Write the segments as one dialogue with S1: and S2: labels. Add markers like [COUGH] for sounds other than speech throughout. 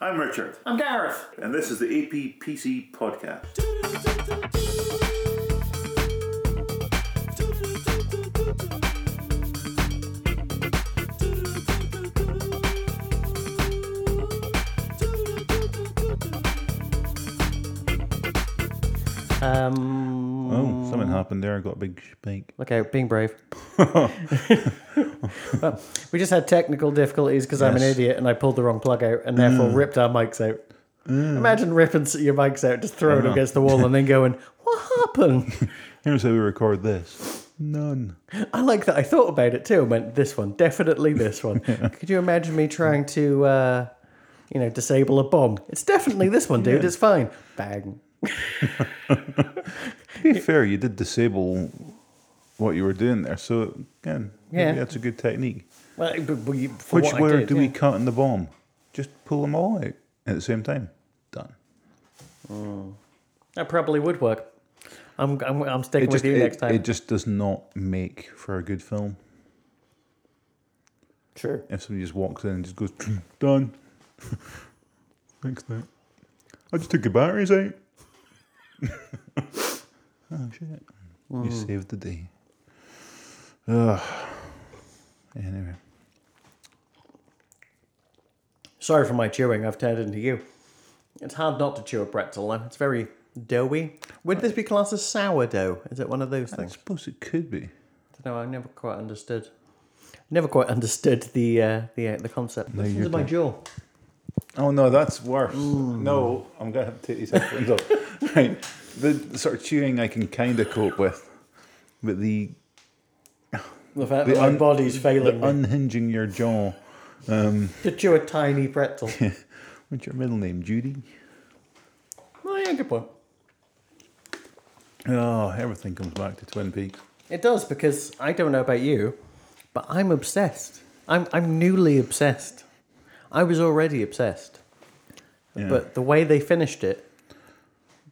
S1: I'm Richard,
S2: I'm Gareth.
S1: and this is the APPC podcast.
S3: Um,
S4: Oh, something happened there. I got a big spike.
S3: look out,
S4: [LAUGHS]
S3: being brave. Well, we just had technical difficulties because I'm an
S4: Yes. Mm.
S3: idiot and I pulled the wrong plug out and therefore ripped our mics out. Imagine ripping s- your mics out, just throwing them against the wall and then going,
S4: [LAUGHS]
S3: What happened?
S4: Here's how we record this. None.
S3: I like that. I thought about it too and went, This one, definitely this
S4: [LAUGHS]
S3: one. Could you imagine me trying to, uh, you know, disable a bomb? It's definitely this one, dude. It's fine. Bang. [LAUGHS]
S4: To be fair, you did disable what you were doing there. So, again, maybe
S3: Yeah.
S4: that's a good technique.
S3: Well, but we- for
S4: Which
S3: what I
S4: where
S3: did,
S4: do
S3: yeah.
S4: we cut in the bomb? Just pull them all out at the same time. Done.
S3: That probably would work. I'm, I'm, I'm sticking
S4: It
S3: with
S4: just,
S3: you
S4: it-
S3: next time.
S4: it just does not make for a good film.
S3: Sure.
S4: If somebody just walks in and just goes, [CLEARS THROAT] done. [LAUGHS] Thanks, mate. I just took your batteries out. [LAUGHS] oh, shit. You saved the day. Ugh. Anyway.
S3: Sorry for my chewing. I've turned into you. It's hard not to chew a pretzel, though. It's very doughy. Would this be classed as sourdough? Is it one of those
S4: I
S3: things?
S4: suppose it could be.
S3: No, I never quite understood. Never quite understood the uh, the uh, the concept.
S4: No,
S3: This
S4: you're
S3: is my
S4: good.
S3: jaw.
S4: Oh no, that's worse. No, I'm gonna have to take these headphones off. [LAUGHS] Right, the sort of chewing I can kind of cope with, but the
S3: The fact
S4: The
S3: that
S4: un-
S3: my body's failing
S4: the
S3: me
S4: unhinging your jaw. Um,
S3: to chew a tiny pretzel.
S4: what's your middle name, Judy?
S3: oh, yeah, good point.
S4: Oh, everything comes back to Twin Peaks.
S3: It does because I don't know about you, but I'm obsessed. I'm I'm newly obsessed. I was already obsessed,
S4: Yeah.
S3: but the way they finished it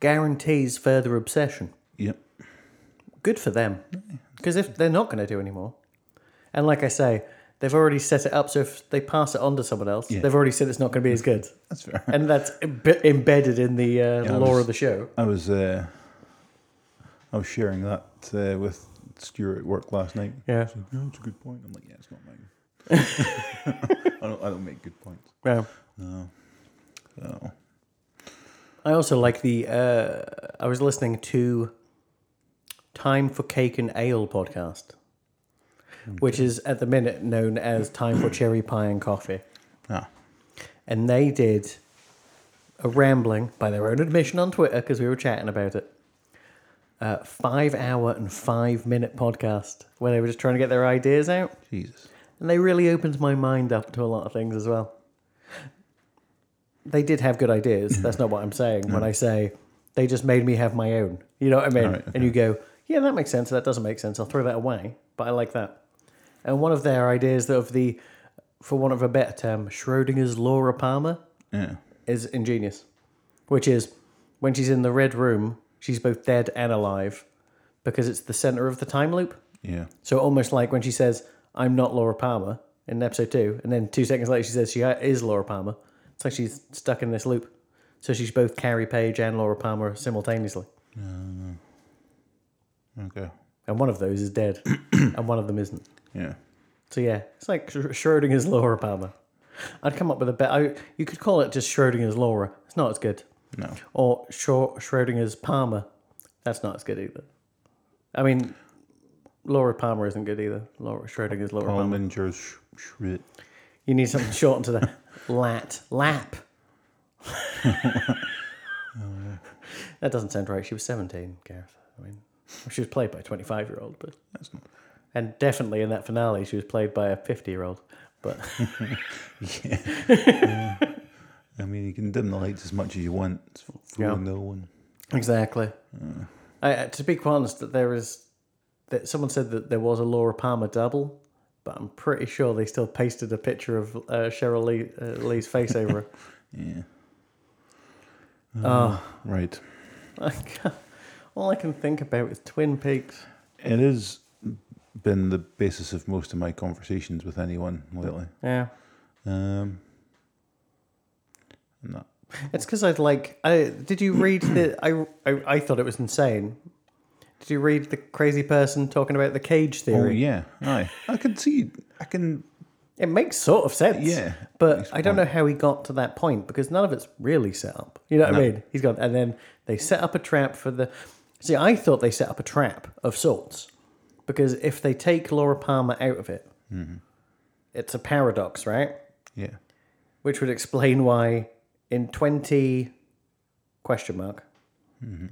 S3: guarantees further obsession.
S4: yep,
S3: Good for them, because if they're not going to do anymore, and like I say, they've already set it up. So if they pass it on to someone else,
S4: Yeah.
S3: they've already said it's not going to be as good,
S4: that's fair.
S3: and that's em- embedded in the uh,
S4: Yeah, I
S3: lore
S4: was-
S3: of the show.
S4: I was uh, I was sharing that uh, with Stuart at work last night.
S3: Yeah.
S4: He's like, yeah, it's a good point. I'm like, yeah, it's not mine. [LAUGHS] I don't, I don't make good points.
S3: Yeah.
S4: So.
S3: I also like the. Uh, I was listening to Time for Cake and Ale podcast, which is at the minute known as Time for Cherry Pie and Coffee.
S4: Ah,
S3: And they did a rambling, by their own admission on Twitter, because we were chatting about it, uh, five hour and five minute podcast where they were just trying to get their ideas out.
S4: Jesus.
S3: And they really opened my mind up to a lot of things as well. They did have good ideas. That's not what I'm saying when I say they just made me have my own. You know what I mean?
S4: Alright,
S3: And you go, yeah, that makes sense. That doesn't make sense. I'll throw that away. But I like that. And one of their ideas that of the, for want of a better term, Schrodinger's Laura Palmer
S4: Yeah.
S3: is ingenious, which is when she's in the red room, she's both dead and alive because it's the center of the time loop.
S4: Yeah.
S3: So almost like when she says, "I'm not Laura Palmer" in episode two, and then two seconds later she says she is Laura Palmer. It's like she's stuck in this loop. So she's both Carrie Page and Laura Palmer simultaneously,
S4: Okay.
S3: and one of those is dead, and one of them isn't.
S4: Yeah.
S3: So yeah, it's like Sch- Schrodinger's Laura Palmer. I'd come up with a better. You could call it just Schrodinger's Laura. It's not as good.
S4: No.
S3: Or Schro- Schrodinger's Palmer. That's not as good either. I mean, Laura Palmer isn't good either. Laura Schrodinger's Laura Palmer.
S4: Alminders sh- shrit.
S3: You need something shortened
S4: [LAUGHS]
S3: to that. Lat. Lap. that doesn't sound right. She was 17, Gareth. I mean, she was played by a 25 year old, but.
S4: That's not.
S3: And definitely in that finale, she was played by a 50 year old. But
S4: I mean, you can dim the lights as much as you want. It's f- fooling no one.
S3: exactly. I, uh, to be quite honest, that there is that someone said that there was a Laura Palmer double, but I'm pretty sure they still pasted a picture of uh, Cheryl Lee, uh, Lee's face over. her.
S4: Yeah.
S3: Oh, [LAUGHS]
S4: Right.
S3: I can't- all I can think about is Twin Peaks.
S4: It has been the basis of most of my Um, conversations with anyone lately.
S3: Yeah.
S4: Um, No.
S3: It's because I'd like. I, did you read the? I, I I thought it was insane. Did you read the crazy person talking about the cage
S4: Oh
S3: theory?
S4: yeah, aye. I can see. I can.
S3: It makes sort of sense.
S4: Yeah,
S3: But I don't know how he got to that point because none of it's really set up. You know what I mean? He's gone, and then they set up a trap for the. See, I thought they set up a trap of sorts because if they take Laura Palmer out of it,
S4: Mm-hmm.
S3: it's a paradox, right?
S4: Yeah.
S3: Which would explain why in 20 question mark
S4: Mm-hmm.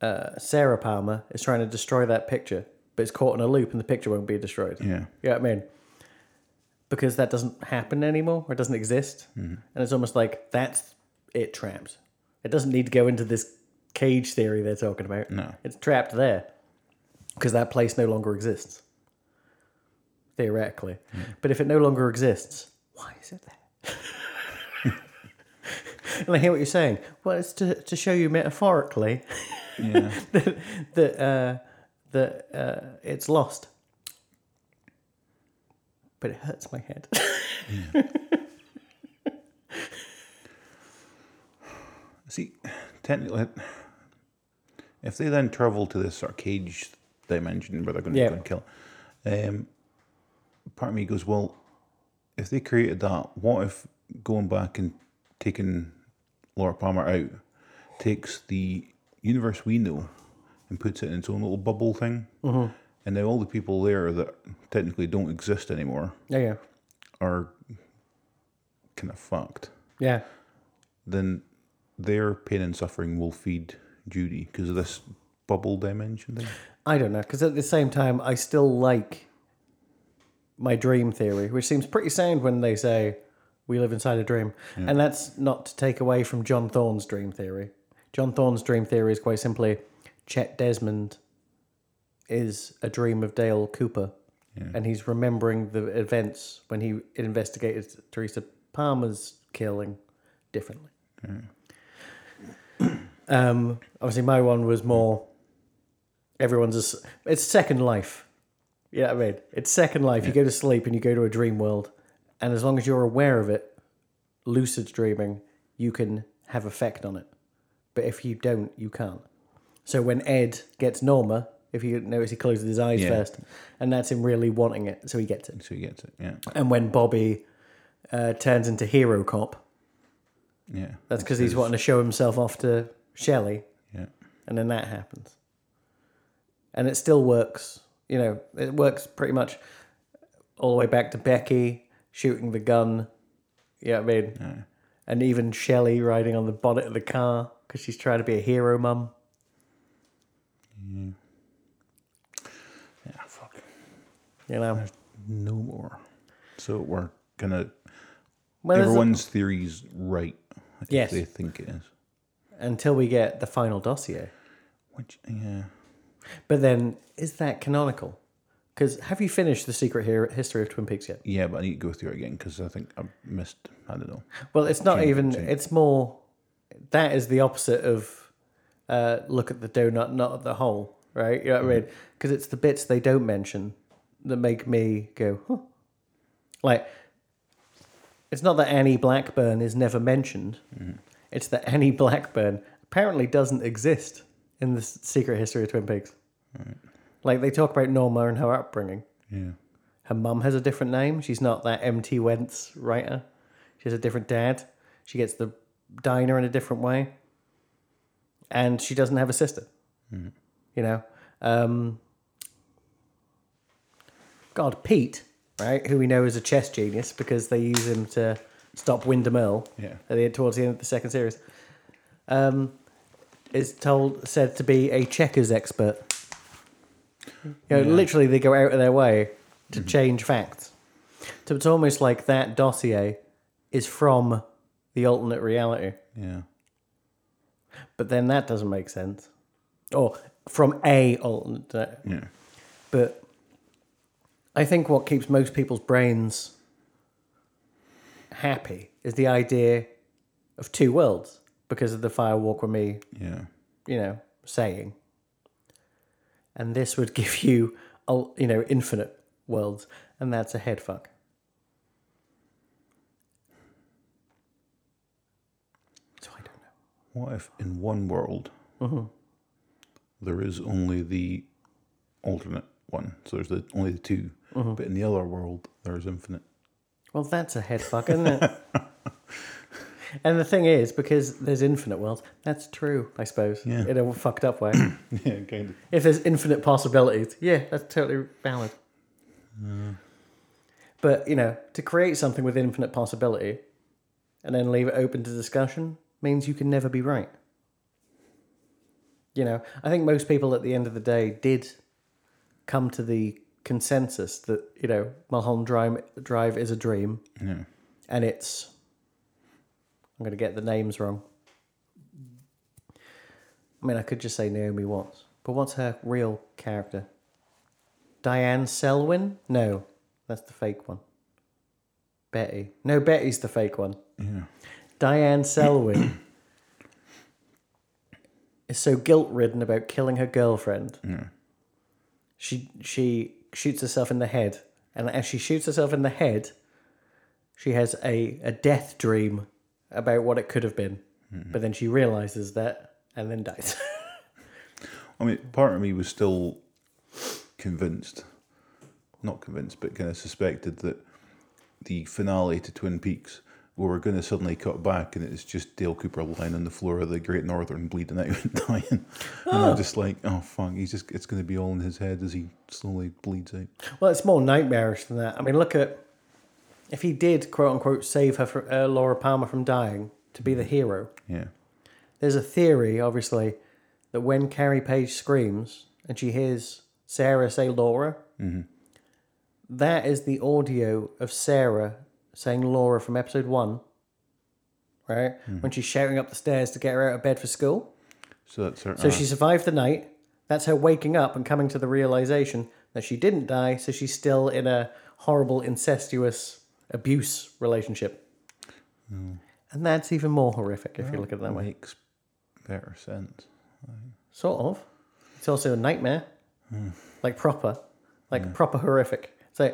S3: uh, Sarah Palmer is trying to destroy that picture, but it's caught in a loop and the picture won't be destroyed.
S4: Yeah.
S3: You know what I mean? Because that doesn't happen anymore or it doesn't exist. And it's almost like that's it trapped. It doesn't need to go into this cage theory they're talking about.
S4: No.
S3: It's trapped there because that place no longer exists, theoretically. But if it no longer exists, why is it there? [LAUGHS] and I hear what you're saying. Well, it's to, to show you metaphorically
S4: Yeah.
S3: that that, uh, that uh, it's lost. But it hurts my head.
S4: See, technically, if they then travel to this sort of cage dimension where they're going to
S3: Yeah.
S4: go and kill, um, part of me goes, well, if they created that, what if going back and taking Laura Palmer out takes the universe we know and puts it in its own little bubble thing? And now all the people there that technically don't exist anymore
S3: There you go.
S4: are kind of fucked
S3: Yeah.
S4: then their pain and suffering will feed Judy because of this bubble dimension thing.
S3: I don't know. Because at the same time, I still like my dream theory, which seems pretty sound when they say we live inside a dream. And that's not to take away from John Thorne's dream theory. John Thorne's dream theory is quite simply Chet Desmond is a dream of Dale Cooper. And he's remembering the events when he investigated Teresa Palmer's killing differently. Um, obviously, my one was more everyone's. A, s- it's Second Life. Yeah, I mean, it's Second Life. You go to sleep and you go to a dream world, and as long as you're aware of it, lucid dreaming, you can have effect on it. But if you don't, you can't. So when Ed gets Norma, if you notice, he closes his eyes
S4: Yeah.
S3: first, and that's him really wanting it, so he gets it.
S4: So he gets it. Yeah.
S3: And when Bobby uh, turns into Hero Cop,
S4: Yeah.
S3: that's because he's wanting to show himself off to Shelley
S4: Yeah.
S3: and then that happens and it still works you know it works pretty much all the way back to becky shooting the gun you know what i mean and even Shelley riding on the bonnet of the car because she's trying to be a hero mum
S4: Yeah. Fuck.
S3: you know
S4: No more. So we're gonna
S3: well, there's a-
S4: everyone's theory's right. If
S3: Yes.
S4: They think it is.
S3: until we get the final dossier
S4: Which yeah.
S3: but then is that canonical because have you finished the secret Hero- history of twin peaks yet
S4: Yeah, but I need to go through it again because I think I missed. I don't know.
S3: Well, it's not even. It's more. That is the opposite of uh, look at the donut, not at the hole, right? You know what I mean? Because it's the bits they don't mention that make me go, huh. Like, it's not that Annie Blackburn is never mentioned. It's that Annie Blackburn apparently doesn't exist in the s- secret history of Twin Peaks. Like, they talk about Norma and her upbringing
S4: Yeah.
S3: her mum has a different name. She's not that MT Wentz writer. She has a different dad. She gets the diner in a different way. And she doesn't have a sister. You know? Um, God, Pete, right, who we know is a chess genius because they use him to stop Wyndham Earl
S4: Yeah.
S3: at the, towards the end of the second series, um, is told said to be a checkers expert. You know, literally, they go out of their way to change facts. So it's almost like that dossier is from the alternate reality,
S4: Yeah.
S3: but then that doesn't make sense, or from a alternate. uh,
S4: Yeah.
S3: But I think what keeps most people's brains happy is the idea of two worlds because of the Fire Walk with Me
S4: Yeah.
S3: you know, saying. And this would [LAUGHS] give you, a, you know, infinite worlds, and that's a head fuck.
S4: What if in one world Uh-huh. there is only the alternate one? So there's the, only the 2 but in the other world there's infinite.
S3: Well, that's a head fuck, isn't it? and the thing is, because there's infinite worlds, that's true, I suppose,
S4: Yeah.
S3: in a fucked up way.
S4: [LAUGHS] yeah, kind of.
S3: if there's infinite possibilities, yeah, that's totally valid. But you know, to create something with infinite possibility and then leave it open to discussion means you can never be right. You know, I think most people at the end of the day did come to the consensus that you know Mulholland Drive, Drive is a dream,
S4: Yeah.
S3: and it's I'm going to get the names wrong. I mean, I could just say Naomi Watts, but what's her real character? Diane Selwyn? No, that's the fake one. Betty. No, Betty's the fake one.
S4: Yeah.
S3: Diane Selwyn [CLEARS THROAT] is so guilt ridden about killing her girlfriend. She she shoots herself in the head, and as she shoots herself in the head, she has a, a death dream about what it could have been. But then she realizes that and then dies. [LAUGHS]
S4: I mean, part of me was still convinced, not convinced, but kind of suspected that the finale to Twin Peaks, we were going to suddenly cut back and it's just Dale Cooper lying on the floor of the Great Northern bleeding out and [LAUGHS] dying. And I'm just like, oh, fuck, he's just, it's going to be all in his head as he slowly bleeds out.
S3: well, it's more nightmarish than that. I mean, look at if he did quote unquote save her from, uh, Laura Palmer from dying to be the hero.
S4: Yeah.
S3: there's a theory, obviously, that when Carrie Page screams and she hears Sarah say Laura, that is the audio of Sarah saying Laura from episode one, right? When she's shouting up the stairs to get her out of bed for school.
S4: So that's her.
S3: So she survived the night. That's her waking up and coming to the realization that she didn't die, so she's still in a horrible, incestuous abuse relationship. And that's even more horrific if you look at it
S4: uh,
S3: that way.
S4: makes better sense.
S3: Sort of. It's also a nightmare. Like proper. Like proper horrific. So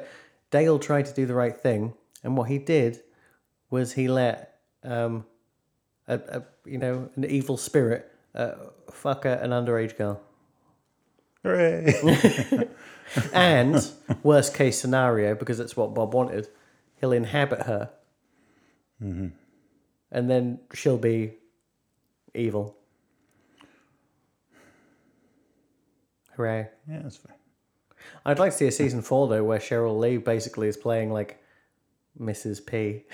S3: Dale tried to do the right thing, and what he did was he let um a, a you know, an evil spirit uh, fuck a, an underage girl.
S4: Hooray!
S3: And worst case scenario, because it's what Bob wanted, he'll inhabit her. And then she'll be evil. Hooray.
S4: yeah, that's fair.
S3: I'd like to see a season four though, where Cheryl Lee basically is playing like Mrs. P.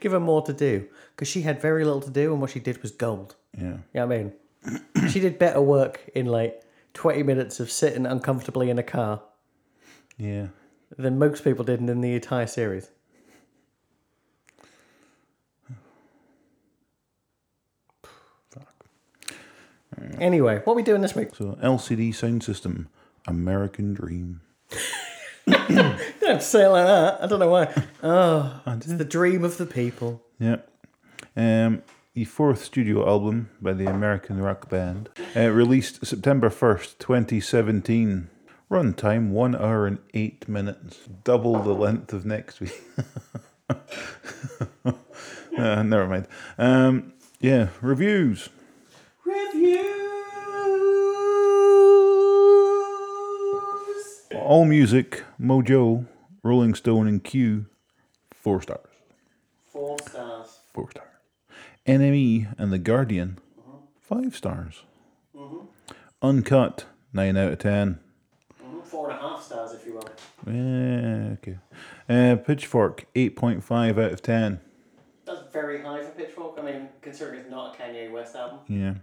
S3: Give her more to do because she had very little to do, and what she did was gold.
S4: Yeah.
S3: You know what I mean? she did better work in like twenty minutes of sitting uncomfortably in a car
S4: Yeah.
S3: than most people did in the entire series. Anyway, what are we doing this week?
S4: So LCD sound system, American Dream.
S3: Don't say it like that. I don't
S4: [LAUGHS]
S3: know why. Oh,
S4: I did.
S3: The dream of the people.
S4: Yeah. Um, the fourth studio album by the American rock band, uh, released September 1st, 2017. Runtime 1 hour and 8 minutes, double the length of next week. [LAUGHS] uh, never mind. Um, yeah, reviews.
S3: Reviews.
S4: All Music, Mojo, Rolling Stone, and Q, 4 stars.
S3: Four stars.
S4: four stars. NME and The Guardian, five stars. Uncut, nine out of ten.
S3: Four and a half stars, if you will.
S4: Yeah, Eh, okay. Uh, Pitchfork, 8.5 out of 10.
S3: That's very high for Pitchfork. I mean, considering it's not a Kanye West album.
S4: Yeah.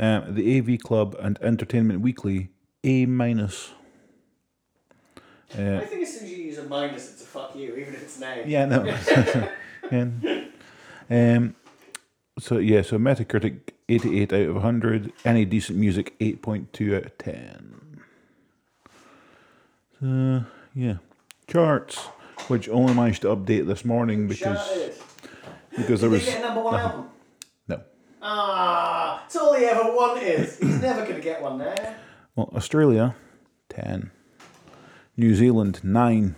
S4: Um, the AV Club and Entertainment Weekly, A minus. Eh,
S3: I think as soon as you use a minus, it's a fuck you, even if it's name.
S4: Yeah, no. [LAUGHS] yeah. Um, so, yeah, so Metacritic, 88 out of 100. Any decent music, 8.2 out of 10. So, yeah. Charts, which only managed to update this morning because
S3: Charted.
S4: because there
S3: Did
S4: was.
S3: [LAUGHS] he get a number one album?
S4: No.
S3: Ah, it's all he ever wanted. He's never going to get one now.
S4: Well, Australia, 10. New Zealand, 9.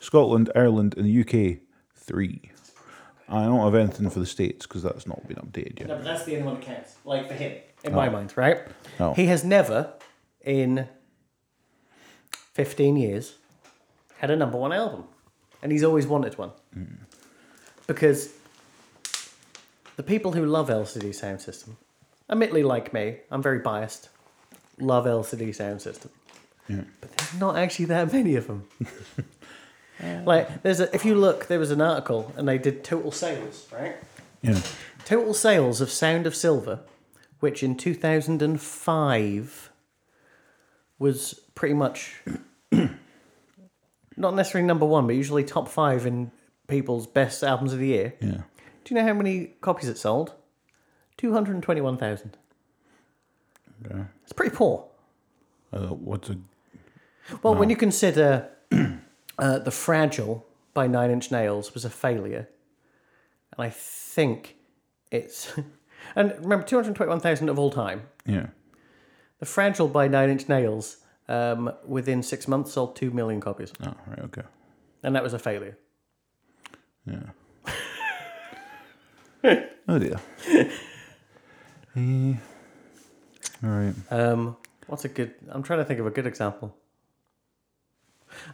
S4: Scotland, Ireland, and the UK, 3. I don't have anything for the States because that's not been updated yet.
S3: No, but that's the only one that counts. Like for him, in my mind, right?
S4: Oh.
S3: He has never, in fifteen years, had a number one album, and he's always wanted one because the people who love LCD Sound System, admittedly, like me, I'm very biased. Love LCD Sound System, but there's not actually that many of them. like there's a, if you look, there was an article and they did total sales, right?
S4: Yeah.
S3: Total sales of Sound of Silver, which in 2005 was pretty much [CLEARS THROAT] not necessarily number one, but usually top five in people's best albums of the year.
S4: Yeah.
S3: Do you know how many copies it sold? 221,000.
S4: Okay.
S3: It's pretty poor.
S4: Uh, what's a
S3: Well, when you consider [CLEARS THROAT] uh, The Fragile by Nine Inch Nails was a failure, and I think it's. [LAUGHS] And remember, 221,000 of all time.
S4: yeah?
S3: The Fragile by Nine Inch Nails, um, within six months, sold two million copies,
S4: Oh, right. Okay.
S3: and that was a failure.
S4: Yeah. [LAUGHS] oh [LAUGHS] dear. Eh, All right.
S3: Um, what's a good? I'm trying to think of a good example.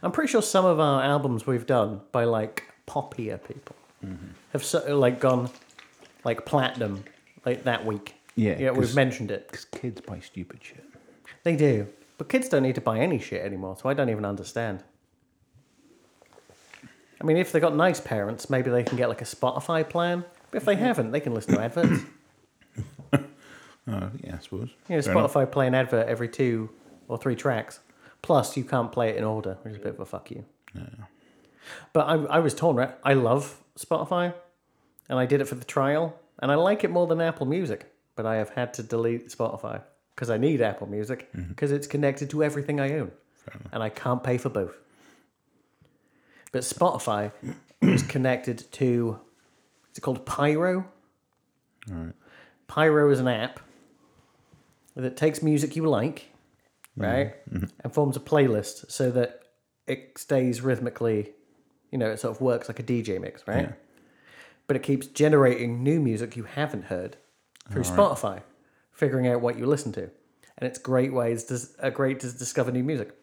S3: I'm pretty sure some of our albums we've done by like poppier people
S4: Mm-hmm.
S3: have so, like gone like platinum like that week.
S4: Yeah,
S3: yeah, we've
S4: 'cause-
S3: mentioned it.
S4: Because kids buy stupid shit.
S3: They do, but kids don't need to buy any shit anymore, so I don't even understand. I mean, if they got nice parents, maybe they can get like a Spotify plan. But if they haven't, they can listen to adverts.
S4: Oh yeah, I suppose.
S3: You know,
S4: Fair enough.
S3: Spotify play an advert every two or three tracks. Plus, you can't play it in order, which is a bit of a fuck you. But I, I was torn, right? I love Spotify, and I did it for the trial, and I like it more than Apple Music. But I have had to delete Spotify because I need Apple Music
S4: Mm-hmm.
S3: because it's connected to everything I own, and I can't pay for both. But Spotify [CLEARS THROAT] is connected to, is it called Pyro? Pyro is an app that takes music you like, right, and forms a playlist so that it stays rhythmically, you know, it sort of works like a DJ mix, right? But it keeps generating new music you haven't heard through Spotify, figuring out what you listen to, and it's great ways to a great to discover new music.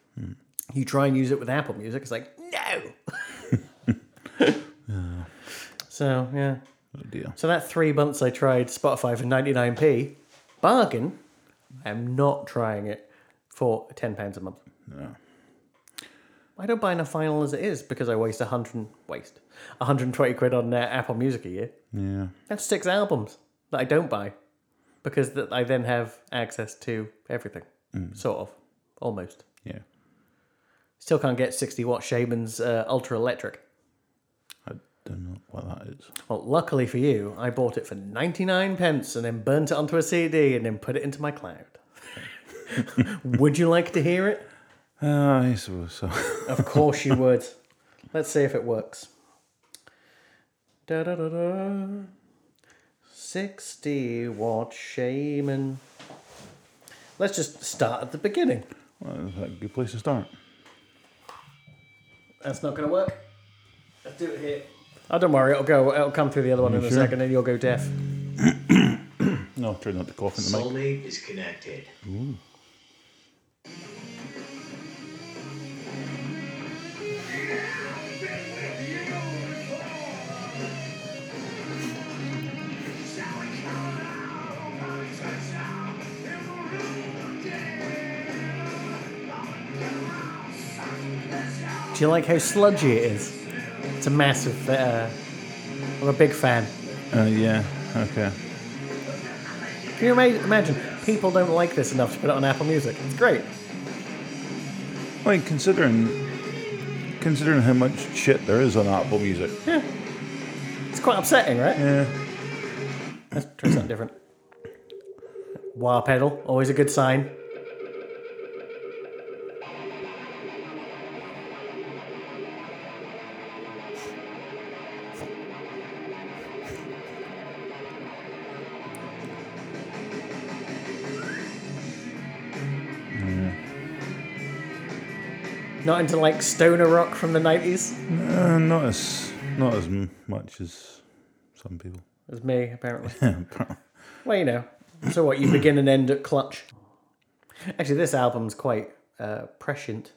S3: You try and use it with Apple Music, it's like no. So yeah,
S4: Oh dear.
S3: so that three months I tried Spotify for 99p, bargain. I'm not trying it for £10 a month.
S4: No.
S3: I don't buy enough vinyl as it is because I waste 100, waste 120 quid on uh, Apple Music a year.
S4: Yeah.
S3: That's six albums that I don't buy because that I then have access to everything. Sort of. Almost.
S4: Yeah.
S3: Still can't get 60 watt Shaman's uh, Ultra Electric.
S4: I don't know what that is.
S3: Well, luckily for you, I bought it for 99 pence and then burnt it onto a CD and then put it into my cloud. [LAUGHS] would you like to hear it?
S4: Uh, I suppose so. [LAUGHS]
S3: Of course you would. Let's see if it works. Da da da da. 60 watt shaman. Let's just start at the beginning.
S4: well, is that a good place to start?
S3: That's not going to work. Let's do it here. Oh, don't worry, it'll go. It'll come through the other one in a
S4: sure?
S3: second, and you'll go deaf.
S4: No, try not to cough in the mic.
S2: Solely is connected.
S3: Do you like how sludgy it is? It's a massive. Uh, I'm a big fan.
S4: Uh, yeah. Okay.
S3: Can you ima- imagine? People don't like this enough to put it on Apple Music. It's great.
S4: I mean, considering considering how much shit there is on Apple Music.
S3: It's quite upsetting, right?
S4: Yeah.
S3: Let's try something different. Wah pedal, always a good sign. Not into like stoner rock from the 90s.
S4: Uh, not as not as m- much as Some people. [LAUGHS]
S3: It was me, apparently. well, you know. So what? You begin and end at clutch. Actually, this album's quite uh, prescient,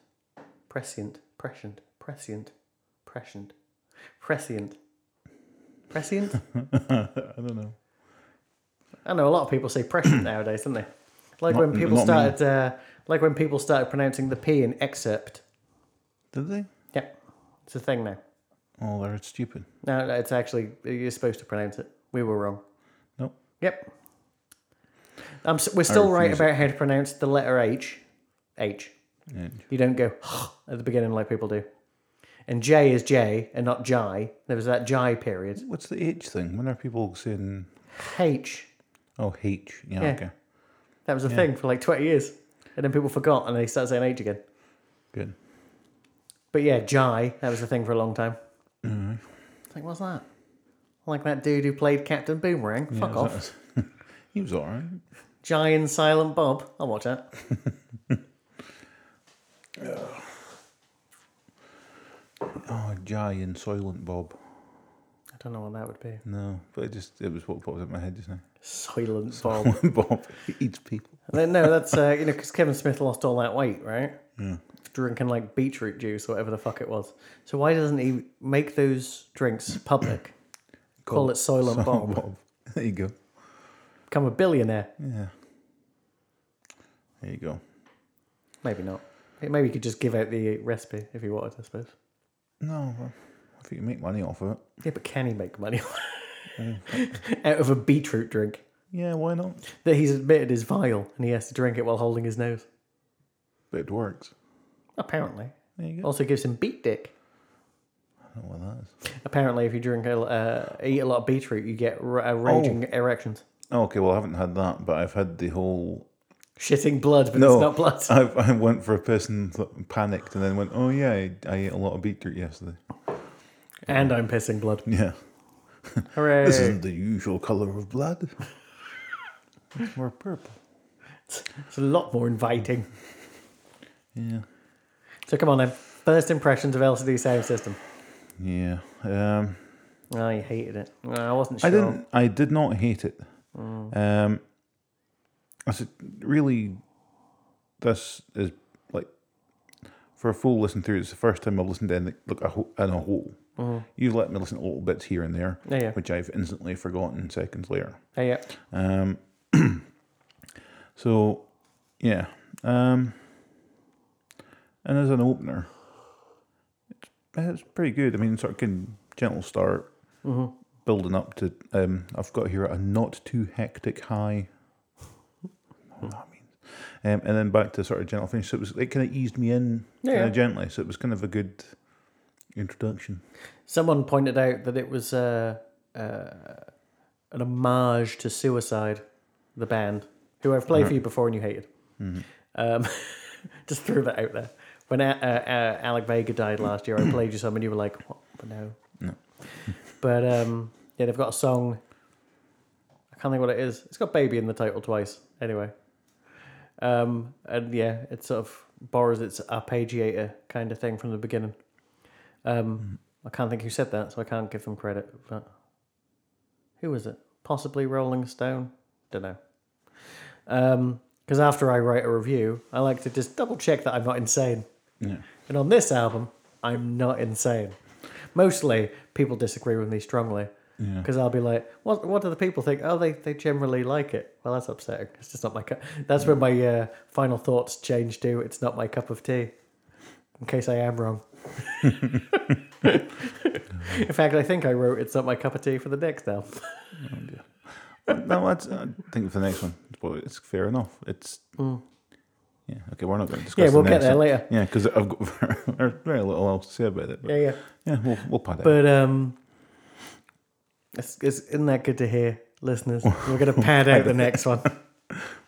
S3: prescient, prescient, prescient, prescient, prescient, prescient.
S4: I don't know.
S3: I know a lot of people say prescient nowadays, don't they? Like when people
S4: not me.
S3: started, uh, like when people started pronouncing the P in excerpt.
S4: Did they?
S3: Yep, it's a thing now.
S4: Oh, they're stupid.
S3: No, no, it's actually you're supposed to pronounce it. We were wrong.
S4: Nope.
S3: Yep. Um, s we're still right
S4: refuse
S3: about how to pronounce the letter H. H.
S4: Yeah.
S3: You don't go [SIGHS] at the beginning like people do. And J is J and not Jai. There was that Jai period.
S4: What's the H thing? When are people saying,
S3: H.
S4: oh, H? Yeah,
S3: Yeah.
S4: okay.
S3: That was a thing for like 20 years. And then people forgot and they started saying H again.
S4: Good.
S3: But yeah, Jai, that was a thing for a long time. It's Like, what's that? Like that dude who played Captain Boomerang. Fuck off.
S4: he was all right.
S3: Jai and Silent Bob. I'll watch that.
S4: Oh, Jai and Soylent Bob.
S3: I don't know what that would be.
S4: No, but it just, it was what popped up in my head just [LAUGHS] now.
S3: Silent Bob.
S4: Bob he eats people.
S3: No, no, that's uh, you know because Kevin Smith lost all that weight, right? Drinking like beetroot juice or whatever the fuck it was. So why doesn't he make those drinks public? Call it
S4: [LAUGHS]
S3: Soylent Bob.
S4: There you go.
S3: Become a billionaire?
S4: Yeah. There you go.
S3: Maybe not. Maybe he could just give out the recipe if he wanted, I suppose.
S4: No, well, if you can make money off of it,
S3: Yeah, but can he make money [LAUGHS] out of a beetroot drink
S4: yeah, why not?
S3: that he's admitted is vile and he has to drink it while holding his nose?
S4: But it works.
S3: Apparently,
S4: There you go.
S3: also gives him beet dick.
S4: I don't know what Oh, that is.
S3: Apparently, if you drink a, uh, eat a lot of beetroot, you get r- uh, raging erections.
S4: Oh, okay, well, I haven't had that, but I've had the whole.
S3: Shitting blood, but
S4: No,
S3: it's
S4: [LAUGHS]
S3: not blood.
S4: I've, I went for a person that panicked and then went, oh, yeah, I, I ate a lot of beetroot yesterday. [LAUGHS]
S3: And I'm pissing blood.
S4: Yeah.
S3: Hooray.
S4: This isn't the usual colour of blood. it's more purple.
S3: It's a lot more inviting.
S4: Yeah.
S3: So come on then. First impressions of LCD sound system.
S4: Yeah. Um,
S3: I hated it. No, I wasn't sure.
S4: I didn't. I did not hate it. Um, I said, really, this is like for a full listen through. It's the first time I've listened to anything look a whole, in a whole. You've let me listen to little bits here and there,
S3: Yeah, yeah.
S4: which I've instantly forgotten seconds later.
S3: Hey, yeah.
S4: Um, [CLEARS THROAT] so, yeah. Um, and as an opener, it's, it's pretty good. I mean, sort of can gentle start, building up to. Um, I've got here a not too hectic high. I don't know what that means. Um, and then back to sort of gentle finish. So it was it kind of eased me in
S3: Yeah,
S4: kinda
S3: yeah.
S4: gently. So it was kind of a good introduction.
S3: Someone pointed out that it was uh, uh, an homage to Suicide, the band, who I've played for you before and you hated. Um, [LAUGHS] just threw that out there. When uh, uh, Alec Vega died last year, I played you some and you were like, what? But no.
S4: No.
S3: [LAUGHS] but um, yeah, they've got a song. I can't think what it is. It's got Baby in the title twice, anyway. Um, and yeah, it sort of borrows its arpeggiator kind of thing from the beginning.
S4: Hmm.
S3: Um, I can't think who said that, so I can't give them credit. But who was it? Possibly Rolling Stone. Don't know. Because after I write a review, I like to just double check that I'm not insane.
S4: Yeah.
S3: And on this album, I'm not insane. Mostly, people disagree with me strongly.
S4: Yeah.
S3: Because I'll be like, what, what do the people think? Oh, they, they generally like it. Well, that's upsetting. It's just not my cup. That's where my uh, final thoughts change to it's not my cup of tea, in case I am wrong. in fact, I think I wrote it's not my cup of tea for the next album.
S4: no, I'd, I think for the next one, well, it's fair enough. It's yeah, okay. We're not going to discuss.
S3: Hmm. Yeah, we'll
S4: the
S3: get
S4: next
S3: there
S4: one.
S3: later.
S4: Yeah, because I've got [LAUGHS] very, very little else to say about it. But
S3: Yeah,
S4: yeah,
S3: yeah.
S4: we'll we'll pad it.
S3: But um, it's, it's, isn't that good to hear, listeners? We're going to pad out the next one.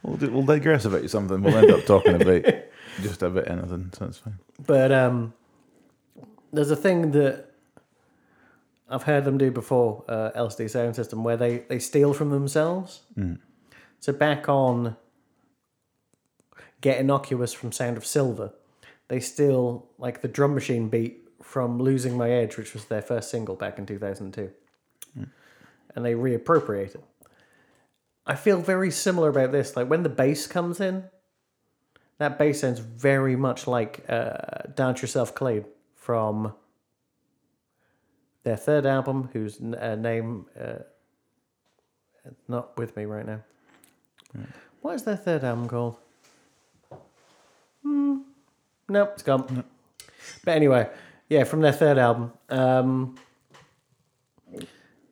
S4: we'll do, we'll digress about something. We'll end up talking about [LAUGHS] just about anything. So that's fine.
S3: But um, there's a thing that I've heard them do before, uh, LCD Sound System, where they, they steal from themselves. So back on Get Innocuous from Sound of Silver, they steal like the drum machine beat from Losing My Edge, which was their first single back in 2002. and they reappropriate it. I feel very similar about this. Like when the bass comes in, that bass sounds very much like uh, Dance Yourself Clay from their third album, whose n- uh, name uh, not with me right now. What is their third album called? Hmm. Nope, it's gone. But anyway, yeah, from their third album. Um,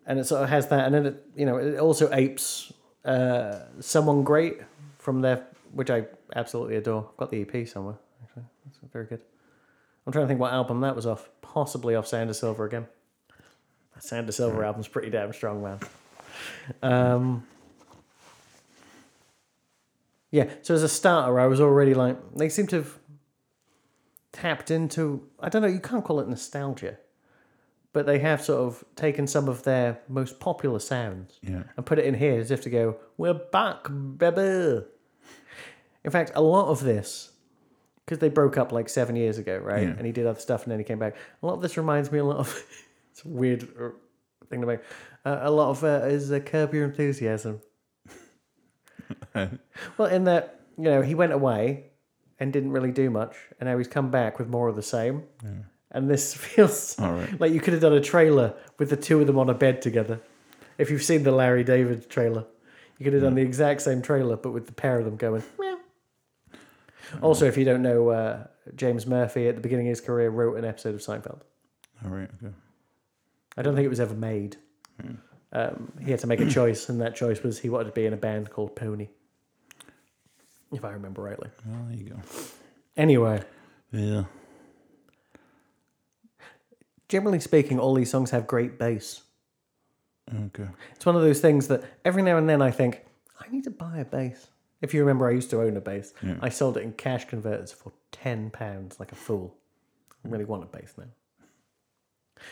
S3: and it sort of has that, and then it, you know, it also apes uh, someone great from their, which I absolutely adore. I've got the EP somewhere. Actually, that's very good. I'm trying to think what album that was off. Possibly off Sound of Silver again. That Sound of Silver album's pretty damn strong, man. Um, yeah, so as a starter, I was already like, they seem to have tapped into, I don't know, you can't call it nostalgia, but they have sort of taken some of their most popular sounds
S4: Yeah.
S3: and put it in here as if to go, we're back, baby. In fact, a lot of this, because they broke up like seven years ago, right?
S4: Yeah.
S3: And he did other stuff and then he came back. A lot of this reminds me a lot of, [LAUGHS] it's a weird er, thing to make, uh, a lot of uh, is uh, Curb
S4: [LAUGHS]
S3: Your Enthusiasm. Well, in that, you know, he went away and didn't really do much, and now he's come back with more of the same. And this [LAUGHS] feels
S4: All right.
S3: like you could have done a trailer with the two of them on a bed together. If you've seen the Larry David trailer, you could have done the exact same trailer, but with the pair of them going. Meow. Also, if you don't know, uh, James Murphy at the beginning of his career wrote an episode of Seinfeld.
S4: All right. Okay.
S3: I don't think it was ever made. Um, he had to make a choice, and that choice was he wanted to be in a band called Pony, if I remember rightly.
S4: Well, there you go.
S3: Anyway,
S4: Yeah.
S3: generally speaking, all these songs have great bass.
S4: Okay.
S3: It's one of those things that every now and then I think, I need to buy a bass. If you remember, I used to own a bass. I sold it in cash converters for £10 like a fool. I really want a bass now.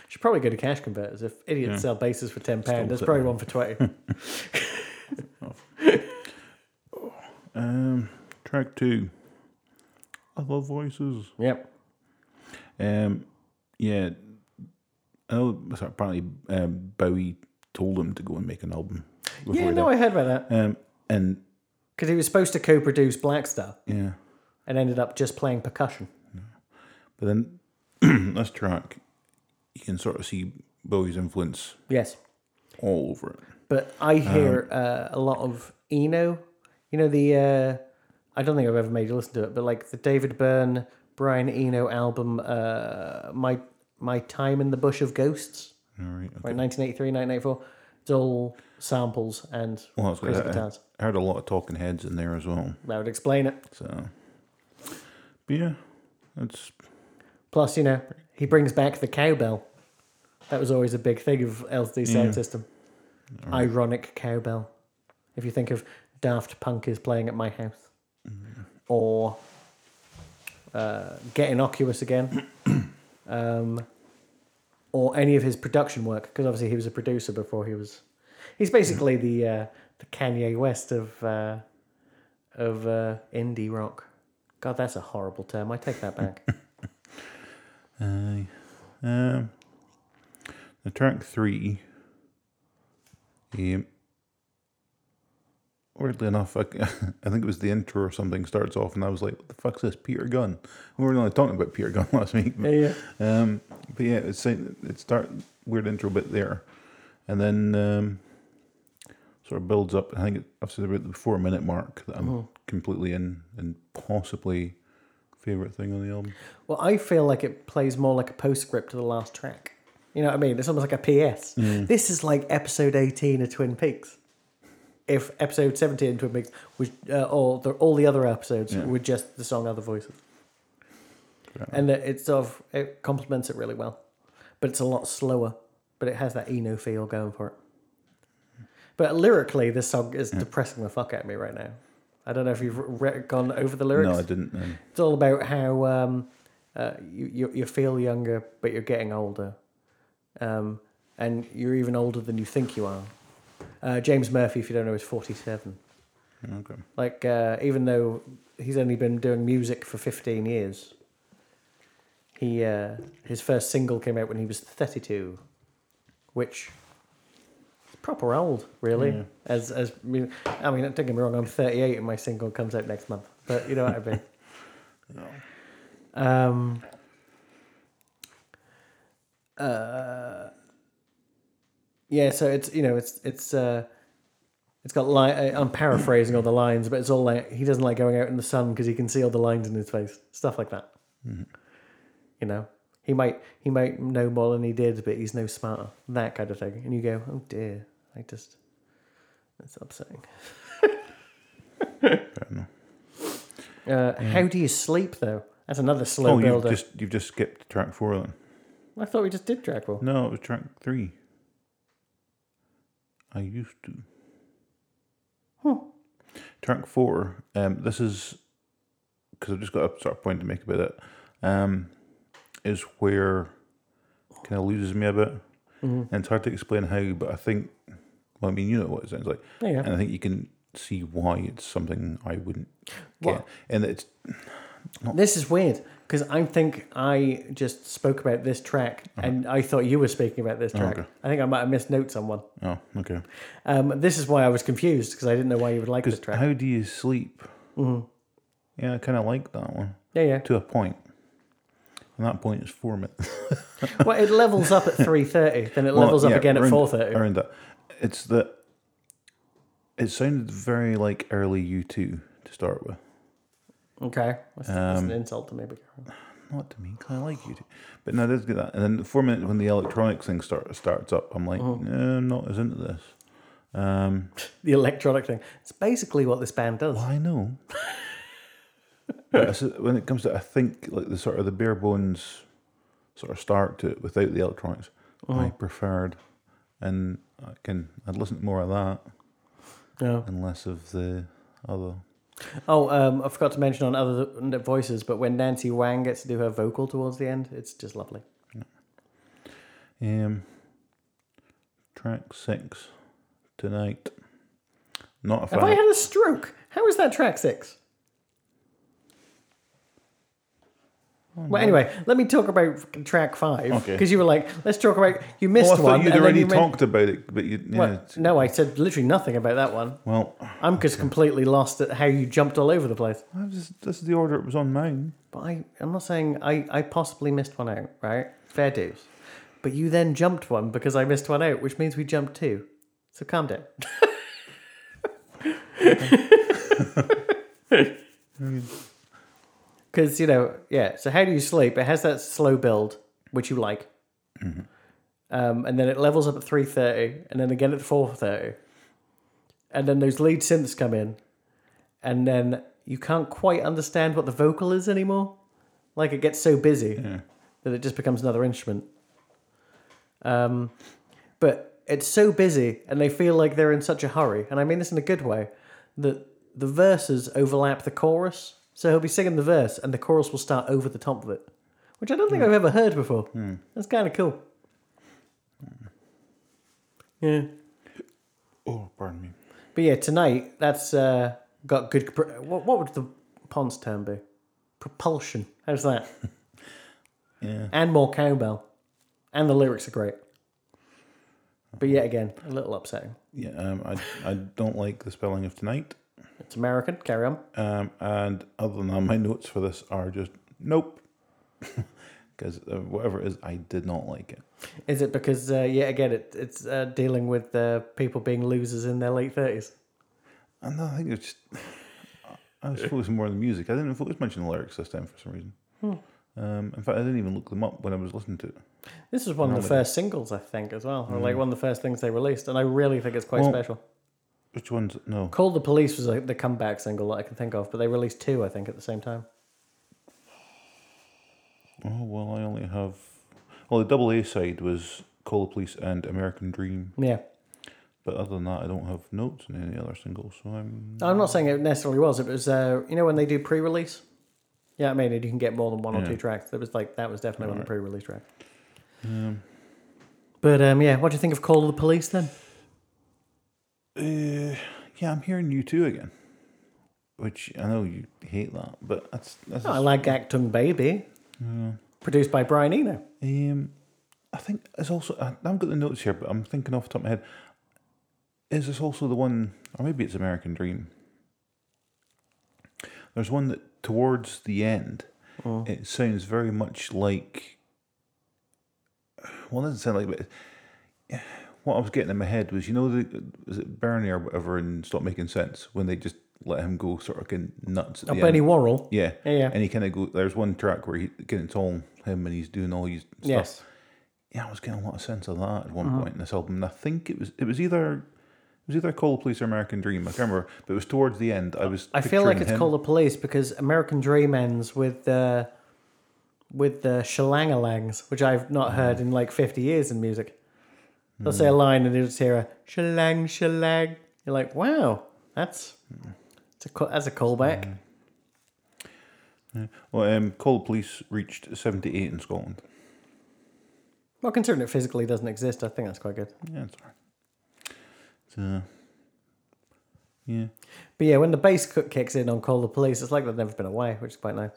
S3: Should probably go to cash converters. If idiots sell bases for £10, there's
S4: it,
S3: probably one for 20
S4: Um, track two. I love voices.
S3: Yep.
S4: Um, yeah. Oh, so apparently um, Bowie told him to go and make an album. before
S3: Yeah,
S4: he
S3: no, I heard about that.
S4: died. Um, and
S3: Because he was supposed to co produce Blackstar
S4: yeah,
S3: and ended up just playing percussion.
S4: but then [CLEARS THROAT] this track, you can sort of see Bowie's influence
S3: Yes.
S4: all over it.
S3: But I hear uh, a lot of Eno. You know the uh, I don't think I've ever made you listen to it, but like the David Byrne, Brian Eno album, uh, my my time in the bush of ghosts,
S4: All right.
S3: right, 1983, 1984. It's all samples and
S4: Well, uh, I was
S3: crazy
S4: gonna,
S3: guitars.
S4: I heard a lot of talking heads in there as well.
S3: That would explain it.
S4: So, but yeah, that's
S3: Plus, you know, he brings back the cowbell. That was always a big thing of LSD sound system. Ironic cowbell. If you think of Daft Punk is playing at my house, or uh, Get Innocuous again, um, or any of his production work, because obviously he was a producer before he was. He's basically the uh, the Kanye West of uh, of uh, indie rock. God, that's a horrible term. I take that back.
S4: Aye. uh, Um, the track three. Um, weirdly enough, I, [LAUGHS] I think it was the intro or something starts off, and I was like, "What the fuck's this, Peter Gunn?" We were only talking about Peter Gunn [LAUGHS] last week.
S3: yeah, yeah.
S4: Um, but yeah, it's saying- it start weird intro bit there, and then um, sort of builds up. I think it- I've said about the four minute mark that I'm
S3: Oh.
S4: completely in, and possibly favorite thing on the album.
S3: Well, I feel like it plays more like a postscript to the last track. You know what I mean? It's almost like a PS.
S4: Mm.
S3: This is like episode 18 of Twin Peaks. If episode 17 of Twin Peaks was, uh, or the, all the other episodes
S4: Yeah.
S3: were just the song Other Voices. And it, it's sort of, it complements it really well. But it's a lot slower, but it has that Eno feel going for it. But lyrically, this song is depressing the fuck out of me right now. I don't know if you've re- gone over the lyrics.
S4: No, I didn't. um,
S3: It's all about how um, uh, you, you you feel younger, but you're getting older, um, and you're even older than you think you are. Uh, James Murphy, if you don't know, is 47.
S4: Okay.
S3: Like, uh, even though he's only been doing music for 15 years, he uh, his first single came out when he was 32, which is proper old, really. As as I mean, I mean, don't get me wrong, I'm 38 and my single comes out next month, but you know what I mean. Um. Uh. Yeah, so it's you know it's it's uh, it's got li- uh, I'm paraphrasing all the lines, but it's all like he doesn't like going out in the sun because he can see all the lines in his face, stuff like that.
S4: Mm-hmm.
S3: You know, he might he might know more than he did, but he's no smarter. That kind of thing. And you go, oh dear, I just that's
S4: [LAUGHS]
S3: upsetting. Uh, How do you sleep though? That's another slow
S4: Oh, you've
S3: builder.
S4: just you've just skipped track four then.
S3: I thought we just did Dragwell.
S4: No, it was track three. I used to. Track four. Um, this is because I've just got a sort of point to make about it. Um, is where kind of loses me a bit,
S3: Mm-hmm.
S4: and it's hard to explain how. But I think, well, I mean, you know what it sounds like,
S3: Yeah, yeah.
S4: and I think you can see why it's something I wouldn't get,
S3: Well-
S4: and it's
S3: This is weird because I think I just spoke about this track and I thought you were speaking about this track.
S4: Uh-huh. Oh, okay.
S3: I think I might have misnoted someone.
S4: oh okay.
S3: Um, this is why I was confused because I didn't know why you would like this
S4: Because
S3: track. Mm-hmm.
S4: how do you sleep? Yeah, I kind of like that one.
S3: Yeah, yeah.
S4: to a point. And that point is four minutes.
S3: well, it levels up at three thirty, then it
S4: Well,
S3: levels
S4: yeah,
S3: up again at
S4: around-
S3: four thirty.
S4: Around that. It's that it sounded very like early U two to start with.
S3: Okay, that's, that's
S4: Um,
S3: an insult to me. But
S4: Not to me, 'cause I like U two. But no, it does get that. And then the four minutes when the electronics thing start, starts up, I'm
S3: Uh-huh.
S4: like, "No, I'm not as into this. Um,
S3: the electronic thing—it's basically what this band does.
S4: I
S3: [LAUGHS]
S4: know. but I s- when it comes to, I think like the sort of the bare bones sort of start to it without the electronics,
S3: Uh-huh.
S4: I preferred, and I can I'd listen to more of that
S3: No.
S4: and less of the other.
S3: Oh, um, I forgot to mention on other th- voices, but when Nancy Wang gets to do her vocal towards the end, it's just lovely.
S4: Um, track six tonight. Not a
S3: Have I
S4: fan.
S3: had a stroke? How is that track six? well, anyway, let me talk about f- track five because
S4: Oh, Okay.
S3: you were like, "Let's talk about." You missed
S4: Well, Oh, I thought
S3: one.
S4: you'd
S3: and then
S4: already
S3: you went-
S4: talked about it, but you yeah.
S3: Well,
S4: it's-
S3: no, I said literally nothing about that one.
S4: Well,
S3: I'm just completely lost at how you jumped all over the place.
S4: I was, this is the order it was on mine.
S3: But I, I'm not saying I, I possibly missed one out, right? Fair dues. But you then jumped one because I missed one out, which means we jumped two. So calm down. [LAUGHS] Because, you know, yeah. So, how do you sleep? It has that slow build, which you like. Um, and then it levels up at 3.30 and then again at 4.30 and then those lead synths come in and then you can't quite understand what the vocal is anymore. Like it gets so busy that it just becomes another instrument. Um, but it's so busy, and they feel like they're in such a hurry, and I mean this in a good way, that the verses overlap the chorus. So he'll be singing the verse, and the chorus will start over the top of it, which I don't think I've ever heard before. That's kind of cool. Yeah.
S4: Oh, pardon me.
S3: But yeah, tonight that's uh, got good. Pr- what what would the Ponce term be? Propulsion. How's that?
S4: Yeah.
S3: and more cowbell, and the lyrics are great. But yet again, a little upsetting.
S4: Yeah, um, I I don't like the spelling of tonight.
S3: It's American. Carry on.
S4: Um, and other than that, my notes for this are just nope, [LAUGHS] because uh, whatever it is, I did not like it.
S3: Is it because uh, yet again it, it's uh, dealing with uh, people being losers in their late thirties?
S4: And Uh, I think it's just I was focused more on the music. I didn't focus much on the lyrics this time for some reason. Um, in fact, I didn't even look them up when I was listening to it.
S3: This was one of the first singles, I think, as well, or like one of the first things they released, and I really think it's quite
S4: Well-
S3: special.
S4: Which ones? No,
S3: Called the Police was like the comeback single that I can think of, but they released two, I think, at the same time.
S4: oh well, I only have. Well, the double A side was Call the Police and American Dream,
S3: Yeah.
S4: but other than that, I don't have notes on any other singles. So I'm
S3: I'm not saying it necessarily was. It was, uh, you know, when they do pre-release. Yeah, I mean, you can get more than one or
S4: Yeah.
S3: two tracks. That was like that was definitely one of the pre-release track.
S4: Um,
S3: But um, yeah, what do you think of Call of the Police then?
S4: Uh, yeah, I'm hearing you too again, which I know you hate that, but that's that's.
S3: I like Actung Baby, produced by Brian Eno.
S4: Um, I think it's also I, I've got the notes here, but I'm thinking off the top of my head. Is this also the one, or maybe it's American Dream? There's one that towards the end, it sounds very much like. Well, it doesn't sound like, but what I was getting in my head was, you know, the is it Bernie or whatever, and stop making sense when they just let him go sort of getting nuts. At
S3: Oh,
S4: the
S3: Benny
S4: end.
S3: Worrell.
S4: Yeah.
S3: Yeah, yeah.
S4: And he kind of go. There's one track where he again, it's all him and he's doing all these stuff.
S3: Yes.
S4: Yeah, I was getting a lot of sense of that at one
S3: Uh-huh.
S4: point in this album. And I think it was it was either it was either Call the Police or American Dream. I can't remember, but it was towards the end. I was.
S3: I feel like
S4: picturing
S3: it's
S4: him-
S3: called the police because American Dream ends with the with the shalangalangs, which I've not heard in like fifty years in music. They'll say a line and you'll just hear a shalang shalang. You're like, wow, that's it's a co- that's a callback.
S4: Well, um, Call the Police reached seventy eight in Scotland.
S3: Well, considering it physically doesn't exist, I think that's quite good.
S4: Yeah, it's alright. So, uh, yeah,
S3: But yeah, when the bass cook kicks in on Call the Police, it's like they've never been away, which is quite nice.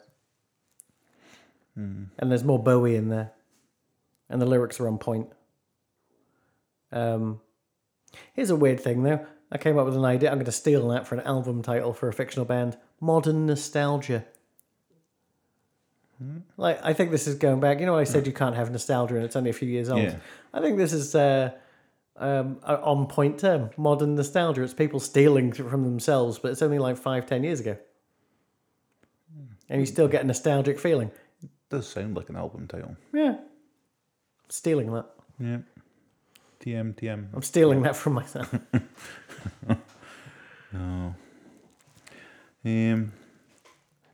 S3: And there's more Bowie in there. And the lyrics are on point. Um, here's a weird thing, though. I came up with an idea. I'm going to steal that for an album title for a fictional band Modern Nostalgia. Like, I think this is going back. You know, I said you can't have nostalgia and it's only a few years old.
S4: Yeah.
S3: I think this is. Uh, um, a- on point term, modern nostalgia. It's people stealing from themselves, but it's only like five, ten years ago. And you still get a nostalgic feeling.
S4: does sound like an album title.
S3: Yeah. Stealing that.
S4: Yeah. TM TM.
S3: I'm stealing that from myself. [LAUGHS]
S4: Oh. Um,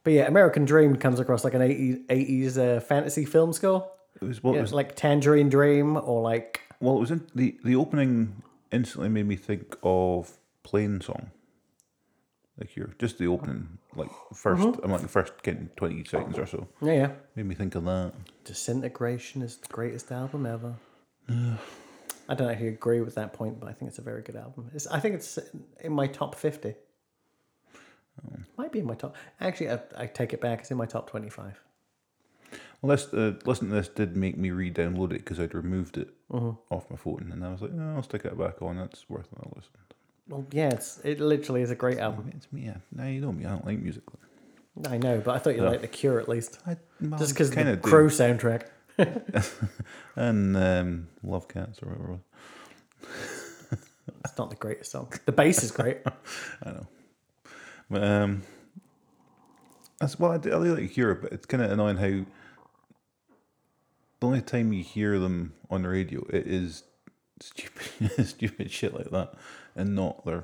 S3: but yeah, American Dream comes across like an 80s, 80s uh, fantasy film score.
S4: it was what
S3: Yeah,
S4: was
S3: like Tangerine Dream or like.
S4: Well, it was in, the the opening instantly made me think of Plain Song. Like you're just the opening, like 1st
S3: Uh-huh.
S4: I'm like the first getting twenty seconds or so.
S3: Yeah, yeah.
S4: Made me think of that.
S3: Disintegration is the greatest album [SIGHS] ever. I don't actually agree with that point, but I think it's a very good album. It's, I think it's in my top 50. Might be in my top. Actually, I, I take it back. It's in my top 25.
S4: Well, this uh, listen to this did make me re-download it because I'd removed it
S3: Uh-huh.
S4: off my phone, and I was like, no, I'll stick it back on. That's worth a listen.
S3: Well, yeah, it's, it literally is a great album.
S4: It's me. I- Now you know me. I don't like music.
S3: I know, but I thought you liked The Cure at least.
S4: I well,
S3: Just because
S4: kinda
S3: the
S4: do.
S3: Crow soundtrack.
S4: and um, Love Cats or whatever. it was.
S3: It's not the greatest song. The bass
S4: [LAUGHS]
S3: is great.
S4: But um, that's well, I, do- I really like Europe. But it's kind of annoying how the only time you hear them on the radio, it is stupid, [LAUGHS] stupid shit like that, and not their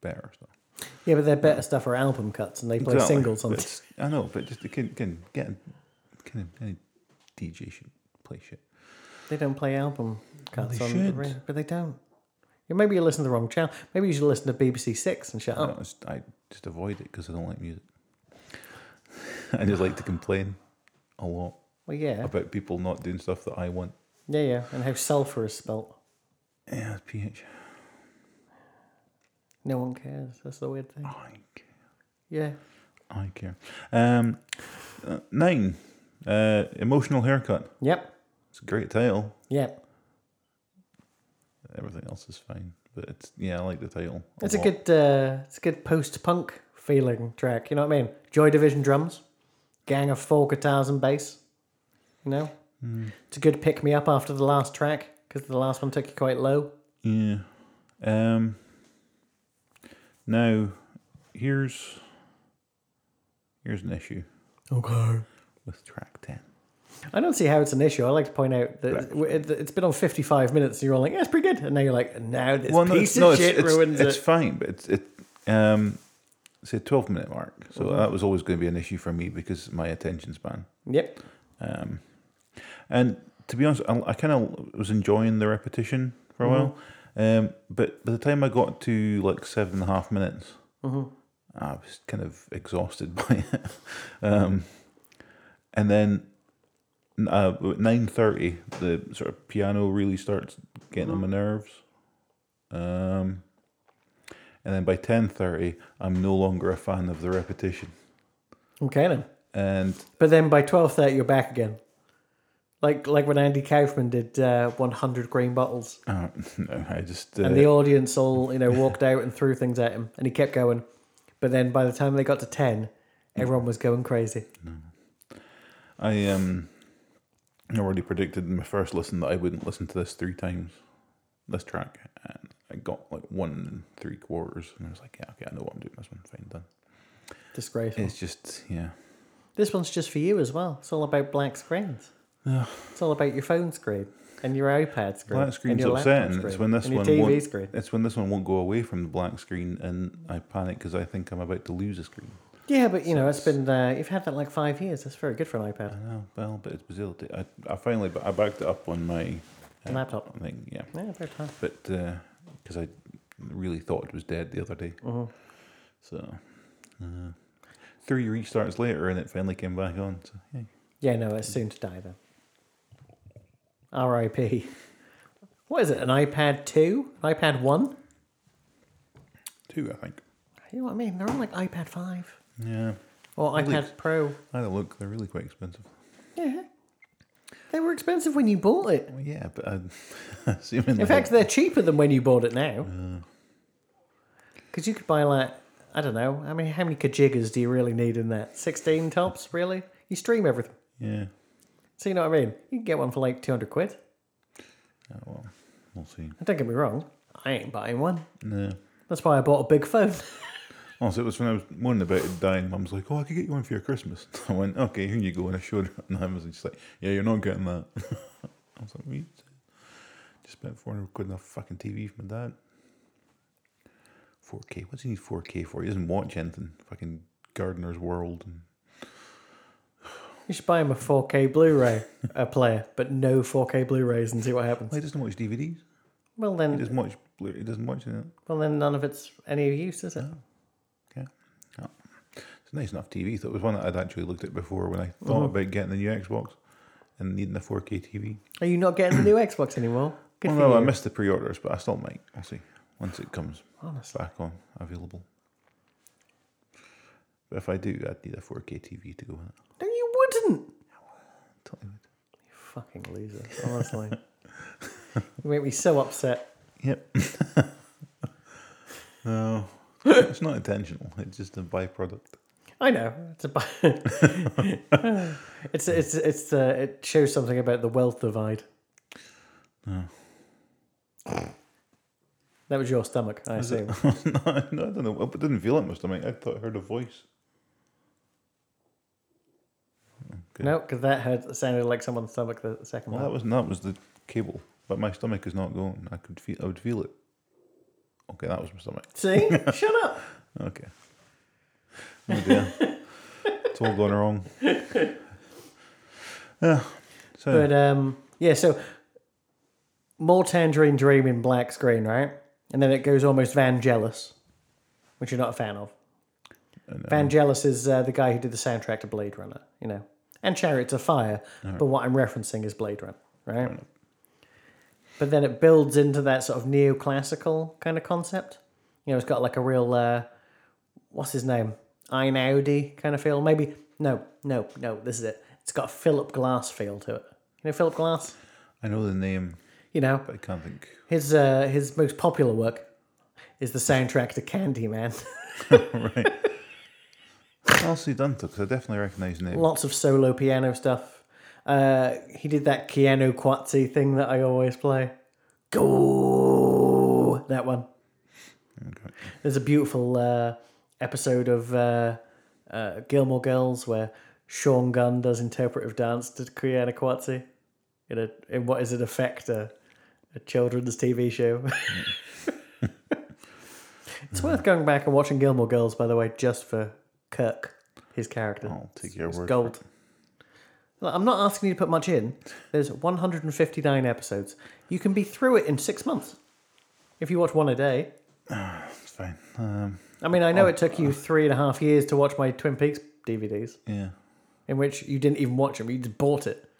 S4: better stuff.
S3: yeah, but their better stuff are album cuts, and they play
S4: Exactly.
S3: singles on.
S4: But it's- I know, but just can can get kind of any DJ should play shit.
S3: They don't play album cuts
S4: they
S3: on the
S4: should.
S3: radio, but they don't. Yeah, maybe you listen to the wrong channel. Maybe you should listen to BBC Six and shut
S4: I
S3: up.
S4: just, I just avoid it because I don't like music. [LAUGHS] I just like to complain a lot
S3: Well, yeah,
S4: about people not doing stuff that I want.
S3: yeah, yeah. And how sulfur is spelt.
S4: Yeah, it's ph.
S3: No one cares. That's the weird thing.
S4: I care.
S3: Yeah.
S4: I care. Um, uh, nine. Uh, emotional haircut.
S3: Yep.
S4: It's a great title.
S3: Yep.
S4: Everything else is fine, but it's yeah, I like the title.
S3: It's a
S4: lot.
S3: good. Uh, it's a good post-punk feeling track. You know what I mean? Joy Division drums, gang of four guitars and bass. You know,
S4: Hmm.
S3: it's a good pick me up after the last track because the last one took you quite low.
S4: Yeah. Um. Now, here's here's an issue
S3: Okay.
S4: with track ten.
S3: I don't see how it's an issue. I like to point out that it, it's been on 55 minutes. And you're all like, yeah, it's pretty good. And now you're like, now this
S4: Well, no,
S3: piece
S4: it's, no,
S3: of
S4: it's,
S3: shit
S4: it's,
S3: ruins
S4: it's
S3: it.
S4: fine, but it's it. Um, it's a twelve minute mark, so
S3: Uh-huh.
S4: that was always going to be an issue for me because my attention span.
S3: Yep.
S4: Um, and to be honest, I, I kind of was enjoying the repetition for a
S3: Mm-hmm.
S4: while. Um, but by the time I got to like seven and a half minutes,
S3: Mm-hmm.
S4: I was kind of exhausted [LAUGHS] by it. um, and then uh, at nine thirty, the sort of piano really starts getting
S3: Mm-hmm.
S4: on my nerves. Um, and then by ten thirty, I'm no longer a fan of the repetition.
S3: Okay then.
S4: And
S3: But then by 12.30, you're back again. Like like when Andy Kaufman did uh, 100 green bottles,
S4: Uh, [LAUGHS] no, I just uh,
S3: and the audience all you know walked out and threw things at him, and he kept going. But then by the time they got to 10, everyone was going crazy.
S4: I um already predicted in my first listen that I wouldn't listen to this three times, this track, and I got like one and three quarters, and I was like, yeah, okay, I know what I'm doing. This one, fine, done.
S3: Disgraceful.
S4: It's just yeah,
S3: This one's just for you as well. It's all about black screens.
S4: Yeah.
S3: It's all about your phone screen and your iPad screen.
S4: black
S3: and
S4: screen's
S3: your
S4: upsetting.
S3: laptop
S4: It's
S3: screen
S4: when this
S3: and your
S4: one
S3: TV
S4: won't,
S3: screen.
S4: It's when this one won't go away from the black screen, and I panic because I think I'm about to lose a screen.
S3: Yeah, but you know, it's been uh, you've had that like five years. That's very good for an iPad.
S4: I know, well, but it's Brazil. I I finally I backed it up on my uh,
S3: Laptop.
S4: thing, yeah.
S3: Yeah, very time.
S4: but because I really thought it was dead the other day. So uh, three restarts later, and it finally came back on. So yeah.
S3: Yeah, no, it's soon to die then. R.I.P. What is it? An iPad two? An iPad one?
S4: two, I think.
S3: You know what I mean? They're all like iPad five
S4: Yeah,
S3: or
S4: Really?
S3: iPad Pro.
S4: I had a look. They're really quite expensive.
S3: Yeah, they were expensive when you bought it.
S4: Well, yeah, but uh, I, [LAUGHS] assuming
S3: In
S4: like,
S3: fact, they're cheaper than when you bought it now. Because you could buy like I don't know. I mean, how many kajigas do you really need in that? Sixteen tops, really? You stream everything,
S4: yeah,
S3: so you know what I mean. You can get one for like two hundred quid.
S4: oh, well, we'll see.
S3: And don't get me wrong, I ain't buying one.
S4: No.
S3: That's why I bought a big phone. [LAUGHS]
S4: Also, it was when I was moaning about it dying. Mum's like, "Oh, I could get you one for your Christmas." [LAUGHS] I went, "Okay, here you go." And I showed her on Amazon. She's like, "Yeah, you're not getting that." [LAUGHS] I was like, "What?" Just spent four hundred quid on a fucking TV for my dad. Four K. What's he need four K for? He doesn't watch anything. Fucking Gardener's World. And
S3: you should buy him a four K Blu-ray a player, but no four K Blu-rays, and see what happens.
S4: well, he doesn't watch DVDs.
S3: Well
S4: He
S3: then,
S4: doesn't watch. Blu- He doesn't watch anything.
S3: well then, none of it's any use, is it?
S4: Yeah. Oh. It's a nice enough TV. So it was one that I'd actually looked at before when I thought about getting the new Xbox and needing a four K TV.
S3: Are you not getting the new [COUGHS] Xbox anymore? Good
S4: well,
S3: for
S4: no, I
S3: you.
S4: missed the pre-orders, but I still might. I'll see once it comes
S3: Honestly.
S4: back on available. But if I do, I'd need a 4K TV to go with it.
S3: No, you wouldn't.
S4: Totally would.
S3: Fucking loser,
S4: [LAUGHS]
S3: honestly. you make me so upset.
S4: Yep. no, [LAUGHS] it's not intentional. It's just a byproduct. [LAUGHS]
S3: I know it's a. bu- [LAUGHS] it's it's it's uh, it shows something about the wealth divide. That was your stomach, I assume.
S4: [LAUGHS] no, no, I don't know. It didn't feel it, my stomach. I thought I heard a voice.
S3: No, because that had sounded like someone's stomach the second
S4: Well,
S3: one.
S4: that was that was the cable, but my stomach is not going. I could feel. I would feel it. Okay, that was my stomach.
S3: See,
S4: [LAUGHS]
S3: shut up.
S4: Okay. Oh dear. it's all gone wrong. Yeah. So
S3: But um, yeah, so more Tangerine Dream in black screen, right? And then it goes almost Vangelis, which you're not a fan of. Vangelis is uh, the guy who did the soundtrack to Blade Runner, you know, and Chariots of Fire. But what I'm referencing is Blade Runner, right? But then it builds into that sort of neoclassical kind of concept. You know, it's got like a real uh, what's his name, Einaudi kind of feel. Maybe no, no, no. This is it. It's got a Philip Glass feel to it. You know, Philip Glass.
S4: I know the name,
S3: You know,
S4: but I can't think.
S3: his uh, his most popular work is the soundtrack to Candyman. [LAUGHS]
S4: What else he done though? Because I definitely recognise the name.
S3: Lots of solo piano stuff. Uh, he did that Keanu Quatsi thing that I always play. Go that one.
S4: Okay.
S3: There's a beautiful uh, episode of uh, uh, Gilmore Girls where Sean Gunn does interpretive dance to Keanu Quatsi in a in what is in effect a, a children's TV show. [LAUGHS]
S4: Mm.
S3: it's worth going back and watching Gilmore Girls, by the way, just for Kirk, his character.
S4: I'll take your
S3: It's
S4: word.
S3: gold.
S4: For it.
S3: Look, I'm not asking you to put much in. There's 159 episodes. You can be through it in six months if you watch one a day.
S4: It's fine. Um,
S3: I mean, I know it took you three and a half years to watch my Twin Peaks DVDs,
S4: yeah.
S3: in which you didn't even watch them, you just bought it.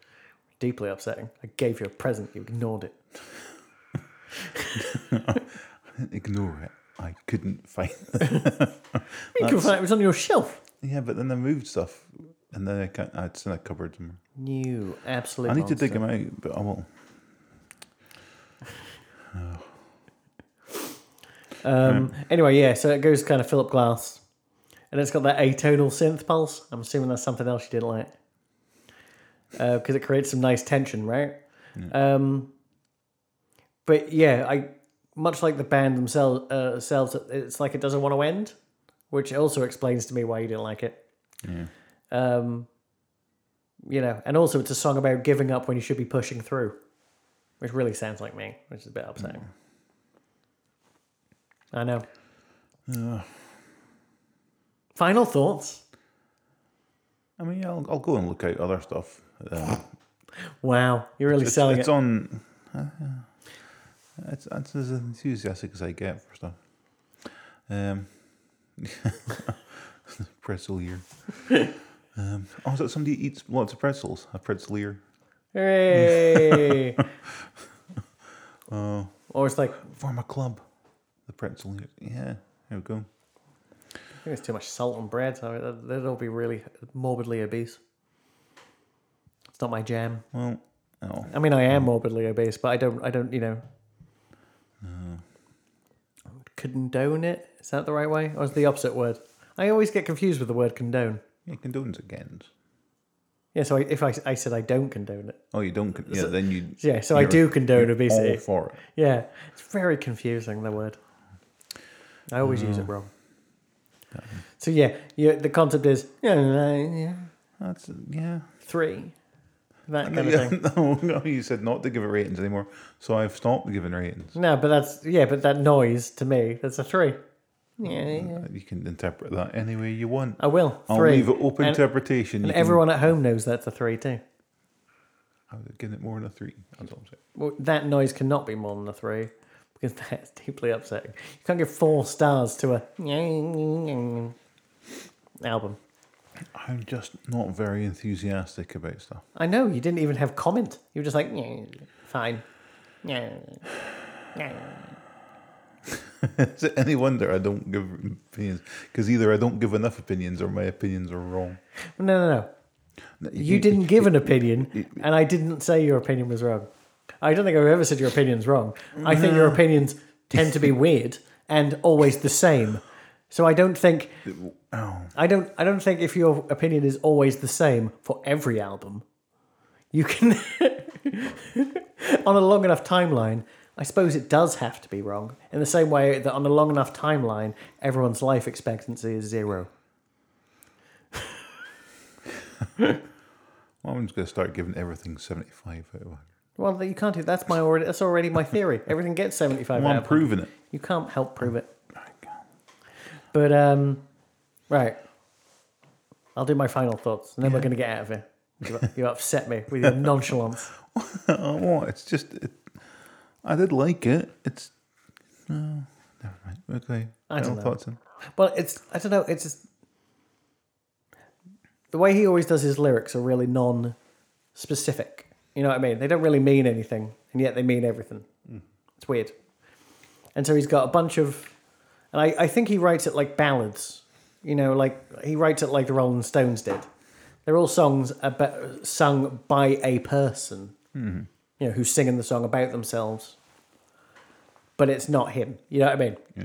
S3: Deeply upsetting. I gave you a present, you ignored it. [LAUGHS]
S4: Ignore it. I couldn't [LAUGHS] find.
S3: You can find it was on your shelf.
S4: yeah, but then I moved stuff, and then I can't. It's in a cupboard somewhere.
S3: You absolute.
S4: I need to dig
S3: monster.
S4: him out, but I will.
S3: Um, anyway, yeah, so it goes kind of Philip Glass. And it's got that atonal synth pulse. I'm assuming that's something else you didn't like. Because it creates some nice tension, right? Um, but yeah, I much like the band themselves, uh, selves, it's like it doesn't want to end, which also explains to me why you didn't like it. Um, you know, and also it's a song about giving up when you should be pushing through, which really sounds like me, which is a bit upsetting. I know.
S4: Uh,
S3: Final thoughts.
S4: I mean, I'll, I'll go and look out other stuff. Um,
S3: Wow, you're really
S4: it's,
S3: selling
S4: it's
S3: it.
S4: on. Uh, it's, it's as enthusiastic as I get for stuff. Um, [LAUGHS] pretzel ear. Um, oh, is that somebody who eats lots of pretzels? A pretzel ear. [LAUGHS]
S3: Hooray!
S4: Oh,
S3: or it's like, I
S4: form a club. The pretzel ear. Yeah, there we go.
S3: think there's too much salt on bread. So that- that'll be really morbidly obese. It's not my jam.
S4: Well, oh,
S3: I mean, I am morbidly obese, but I don't. I don't. You know. Condone it? Is that the right way, or is the opposite word? I always get confused with the word condone.
S4: yeah, condones again.
S3: Yeah, so I, if I, I said I don't condone it,
S4: Oh, you don't. Con- yeah, then you.
S3: yeah, so I
S4: you're-
S3: do condone
S4: you're
S3: obesity.
S4: All for it.
S3: Yeah, it's very confusing, the word. I always use it wrong. So, yeah, you, the concept is yeah, yeah, yeah,
S4: That's yeah.
S3: three, that kind of
S4: Yeah,
S3: thing.
S4: [LAUGHS] no, no, you said not to give it ratings anymore, so I've stopped giving ratings.
S3: No, but that's, yeah, but that noise to me, that's a three. Yeah, yeah.
S4: You can interpret that any way you want.
S3: I will.
S4: I'll
S3: Three.
S4: leave it open
S3: and,
S4: interpretation.
S3: and
S4: You can-
S3: everyone at home knows that's a three, too.
S4: I would have given it more than a three. That's all I'm saying.
S3: Well, that noise cannot be more than a three because that's deeply upsetting. You can't give four stars to a album.
S4: I'm just not very enthusiastic about stuff. [LAUGHS]
S3: I know you didn't even have comment. You were just like, "Yeah, fine. Yeah. Yeah.
S4: Is it any wonder I don't give opinions? Because either I don't give enough opinions or my opinions are wrong.
S3: No, no, no.
S4: No,
S3: You
S4: can-
S3: didn't give an opinion, and I didn't say your opinion was wrong. I don't think I've ever said your opinion's wrong. I think your opinions tend to [LAUGHS] be weird and always the same. So I don't think I don't I don't think if your opinion is always the same for every album, you can [LAUGHS] on a long enough timeline, I suppose it does have to be wrong. In the same way that on a long enough timeline, everyone's life expectancy is zero.
S4: Well, I'm just going to start giving everything 75 out of 100.
S3: Well, you can't do that's my already that's already my theory. Everything gets seventy five.
S4: Well, I'm proving it. [LAUGHS]
S3: You can't help prove it. But um, right, I'll do my final thoughts, and then we're going to get out of here. You, you upset me with your nonchalance.
S4: Oh, what? It's just. It, I did like it. It's. No, never mind. Okay.
S3: I don't
S4: Final
S3: know.
S4: thoughts then?
S3: Well, it's I don't know. It's just the way he always does his lyrics are really non-specific. You know what I mean? They don't really mean anything, and yet they mean everything. It's weird. And so he's got a bunch of, and I, I think he writes it like ballads. You know, like he writes it like the Rolling Stones did. They're all songs about, sung by a person. You know, who's singing the song about themselves. But it's not him. You know what I mean?
S4: Yeah.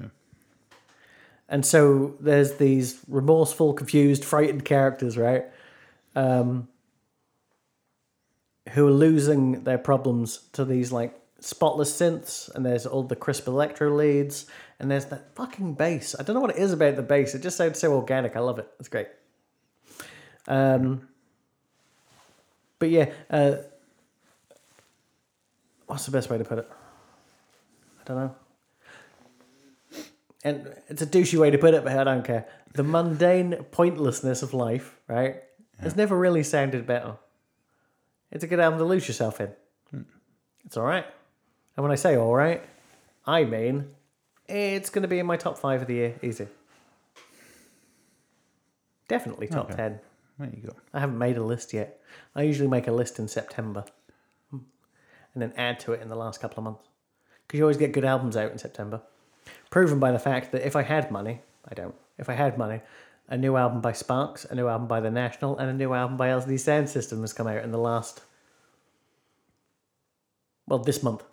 S3: And so there's these remorseful, confused, frightened characters, right? Um, who are losing their problems to these like spotless synths, and there's all the crisp electro leads, and there's that fucking bass. I don't know what it is about the bass. It just sounds so organic. I love it. It's great. Um, but yeah, uh, what's the best way to put it? I don't know and it's a douchey way to put it, but I don't care. The mundane pointlessness of life, right? Has never really sounded better. It's a good album to lose yourself in. It's all right. And when I say all right, I mean it's going to be in my top five of the year, easy. Definitely top ten.
S4: There you go.
S3: I haven't made a list yet. I usually make a list in September Hmm. and then add to it in the last couple of months. Because you always get good albums out in September. Proven by the fact that if I had money, I don't. If I had money, a new album by Sparks, a new album by The National, and a new album by LCD Sound System has come out in the last, well, this month.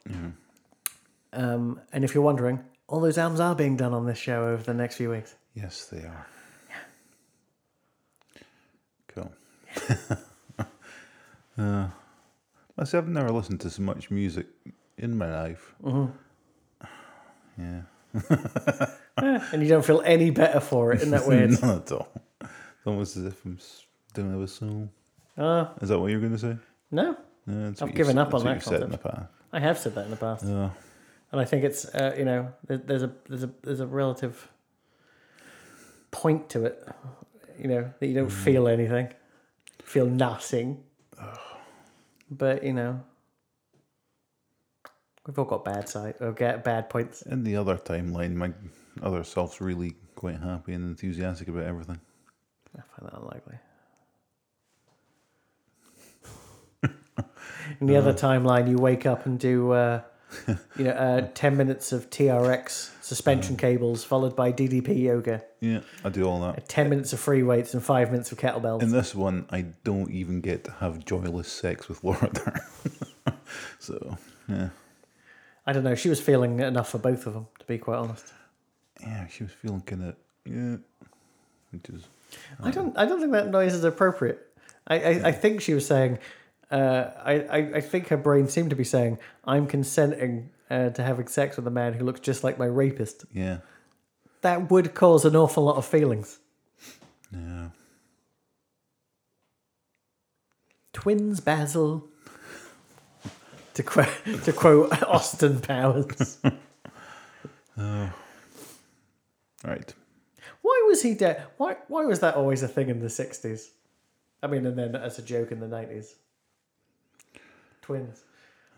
S3: Um, and if you're wondering, all those albums are being done on this show over the next few weeks.
S4: Yes, they are. Cool. [LAUGHS] uh, let's say I've never listened to so much music in my life.
S3: Mm-hmm.
S4: Yeah,
S3: And you don't feel any better for it, isn't
S4: [LAUGHS]
S3: that weird?
S4: none at all. It's almost as if I'm s- don't have a soul.
S3: Uh,
S4: Is that what you're going to say?
S3: no,
S4: No, that's
S3: I've
S4: what you
S3: given
S4: s-
S3: up on
S4: that's what
S3: that
S4: you said in the Uh, past.
S3: I have said that in the past.
S4: Yeah.
S3: and I think it's uh, you know there- there's a there's a there's a relative point to it, you know that you don't feel anything, feel nothing, but you know we've all got bad side or get bad points.
S4: In the other timeline, my other self's really quite happy and enthusiastic about everything.
S3: I find that unlikely. In the other timeline, you wake up and do, uh, you know, uh, ten minutes of TRX suspension cables followed by DDP yoga.
S4: Yeah, I do all that.
S3: 10 minutes of free weights and 5 minutes of kettlebells.
S4: In this one, I don't even get to have joyless sex with Laura [LAUGHS] there. so, yeah.
S3: I don't know. She was feeling enough for both of them, to be quite honest.
S4: Yeah, she was feeling kind of, yeah. Which is,
S3: I don't I don't think that noise is appropriate. I, I, I think she was saying, uh, I, I, I think her brain seemed to be saying, I'm consenting uh, to having sex with a man who looks just like my rapist.
S4: yeah,
S3: That would cause an awful lot of feelings.
S4: yeah.
S3: Twins, Basil. To, qu- to quote [LAUGHS] Austin Powers.
S4: Right. [LAUGHS]
S3: Why was he dead? Why why was that always a thing in the sixties? I mean, and then as a joke in the nineties. Twins.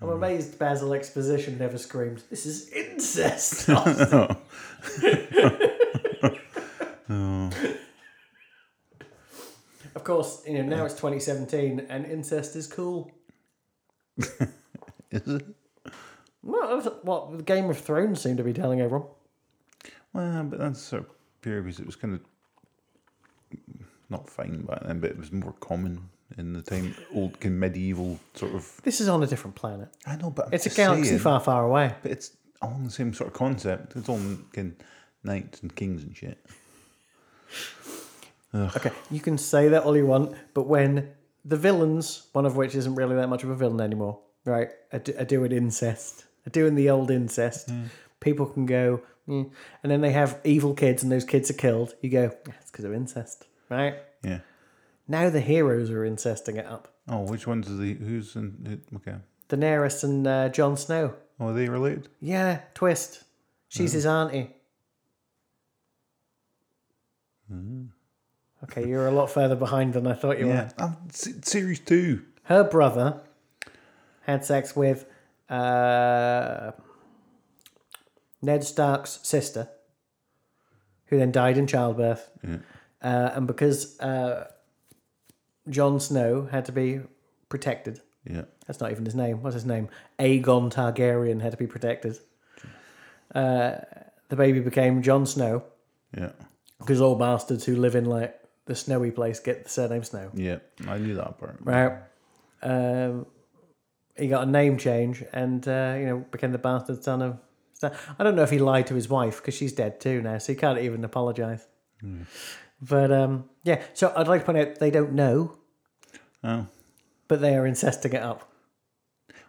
S3: I'm amazed Basil Exposition never screamed, This is incest. Austin." of course, you know, now it's 2017 and incest is cool.
S4: Is it?
S3: Well, that was what Game of Thrones seemed to be telling everyone.
S4: Well, but that's sort of period because it was kind of not fine back then, but it was more common in the time, old kind of medieval sort of.
S3: This is on a different planet.
S4: I know, but I'm
S3: It's a
S4: just
S3: galaxy
S4: saying,
S3: far, far away.
S4: But it's along the same sort of concept. It's all kind of knights and kings and shit.
S3: Okay, you can say that all you want, but when the villains, one of which isn't really that much of a villain anymore, right, are, do- are doing incest, are doing the old incest, people can go, "Mm," and then they have evil kids and those kids are killed. You go, "Yeah, it's because of incest, right?
S4: Yeah.
S3: Now the heroes are incesting it up.
S4: Oh, which ones are the who's in? Who, okay.
S3: Daenerys and uh, Jon Snow.
S4: Oh, are they related?
S3: Yeah, twist. She's his auntie. Okay, you're a lot further behind than I thought you were.
S4: [LAUGHS] Yeah. Um, se- series two.
S3: her brother had sex with uh, Ned Stark's sister, who then died in childbirth. Uh, and because uh, Jon Snow had to be protected,
S4: Yeah.
S3: that's not even his name. What's his name? Aegon Targaryen had to be protected. Uh, the baby became Jon Snow
S4: Yeah.
S3: because all bastards who live in like the snowy place get the surname Snow.
S4: Yeah. I knew that part.
S3: Right. Um, he got a name change and, uh, you know, became the bastard son of. Stan- I don't know if he lied to his wife because she's dead too now, so he can't even apologize. But um, yeah, so I'd like to point out they don't know,
S4: Oh.
S3: but they are incesting it up.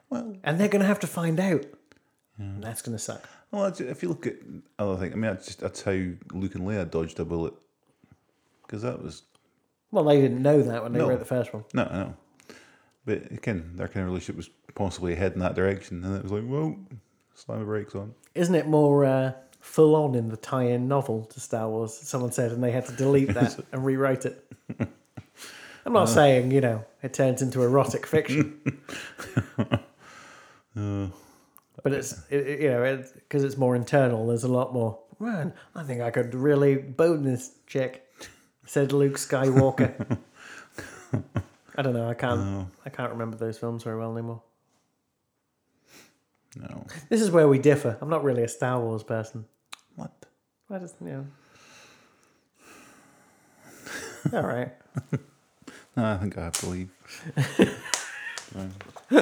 S4: Well,
S3: And they're going to have to find out. And That's going to suck.
S4: Well, that's- if you look at other things, I mean, that's just that's how Luke and Leia dodged a bullet because that was
S3: Well, they didn't know that when they
S4: No.
S3: wrote the first one.
S4: no, I know. But again, their kind of relationship was possibly head in that direction, and it was like, well, slam the brakes on.
S3: Isn't it more uh, full on in the tie in novel to Star Wars? Someone said, and they had to delete that and rewrite it. I'm not saying, you know, it turns into erotic fiction.
S4: Uh,
S3: but it's, it, it- you know, because it's more internal, there's a lot more, man, I think I could really bone this chick, said Luke Skywalker. I don't know. I can't. I can't remember those films very well anymore.
S4: No,
S3: This is where we differ. I'm not really a Star Wars person.
S4: what?
S3: Why does you know? [LAUGHS] All right.
S4: Nah, I think I have to [LAUGHS] leave. Fine. I'm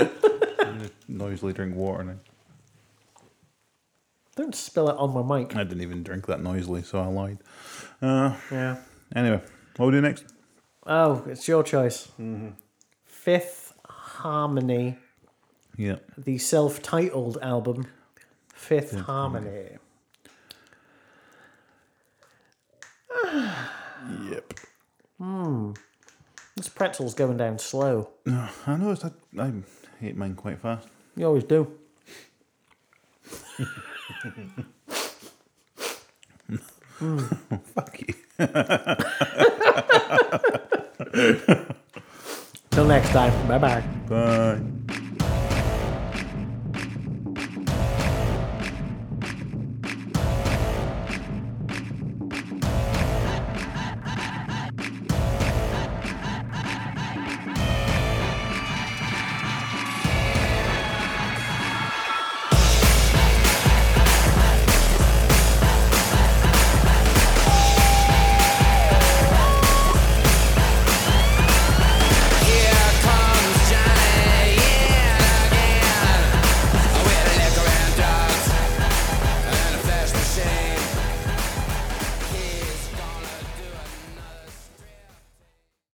S4: gonna noisily drink water now.
S3: Don't spill it on my mic.
S4: I didn't even drink that noisily, so I lied. Uh,
S3: Yeah.
S4: anyway, what we do next?
S3: Oh, it's your choice. Fifth Harmony,
S4: Yeah,
S3: the self-titled album, Fifth Harmony.
S4: Yep.
S3: This pretzel's going down slow.
S4: I know it's I, I hate mine quite fast.
S3: You always do.
S4: Fuck you. [LAUGHS]
S3: Till next time. Bye bye.
S4: Bye.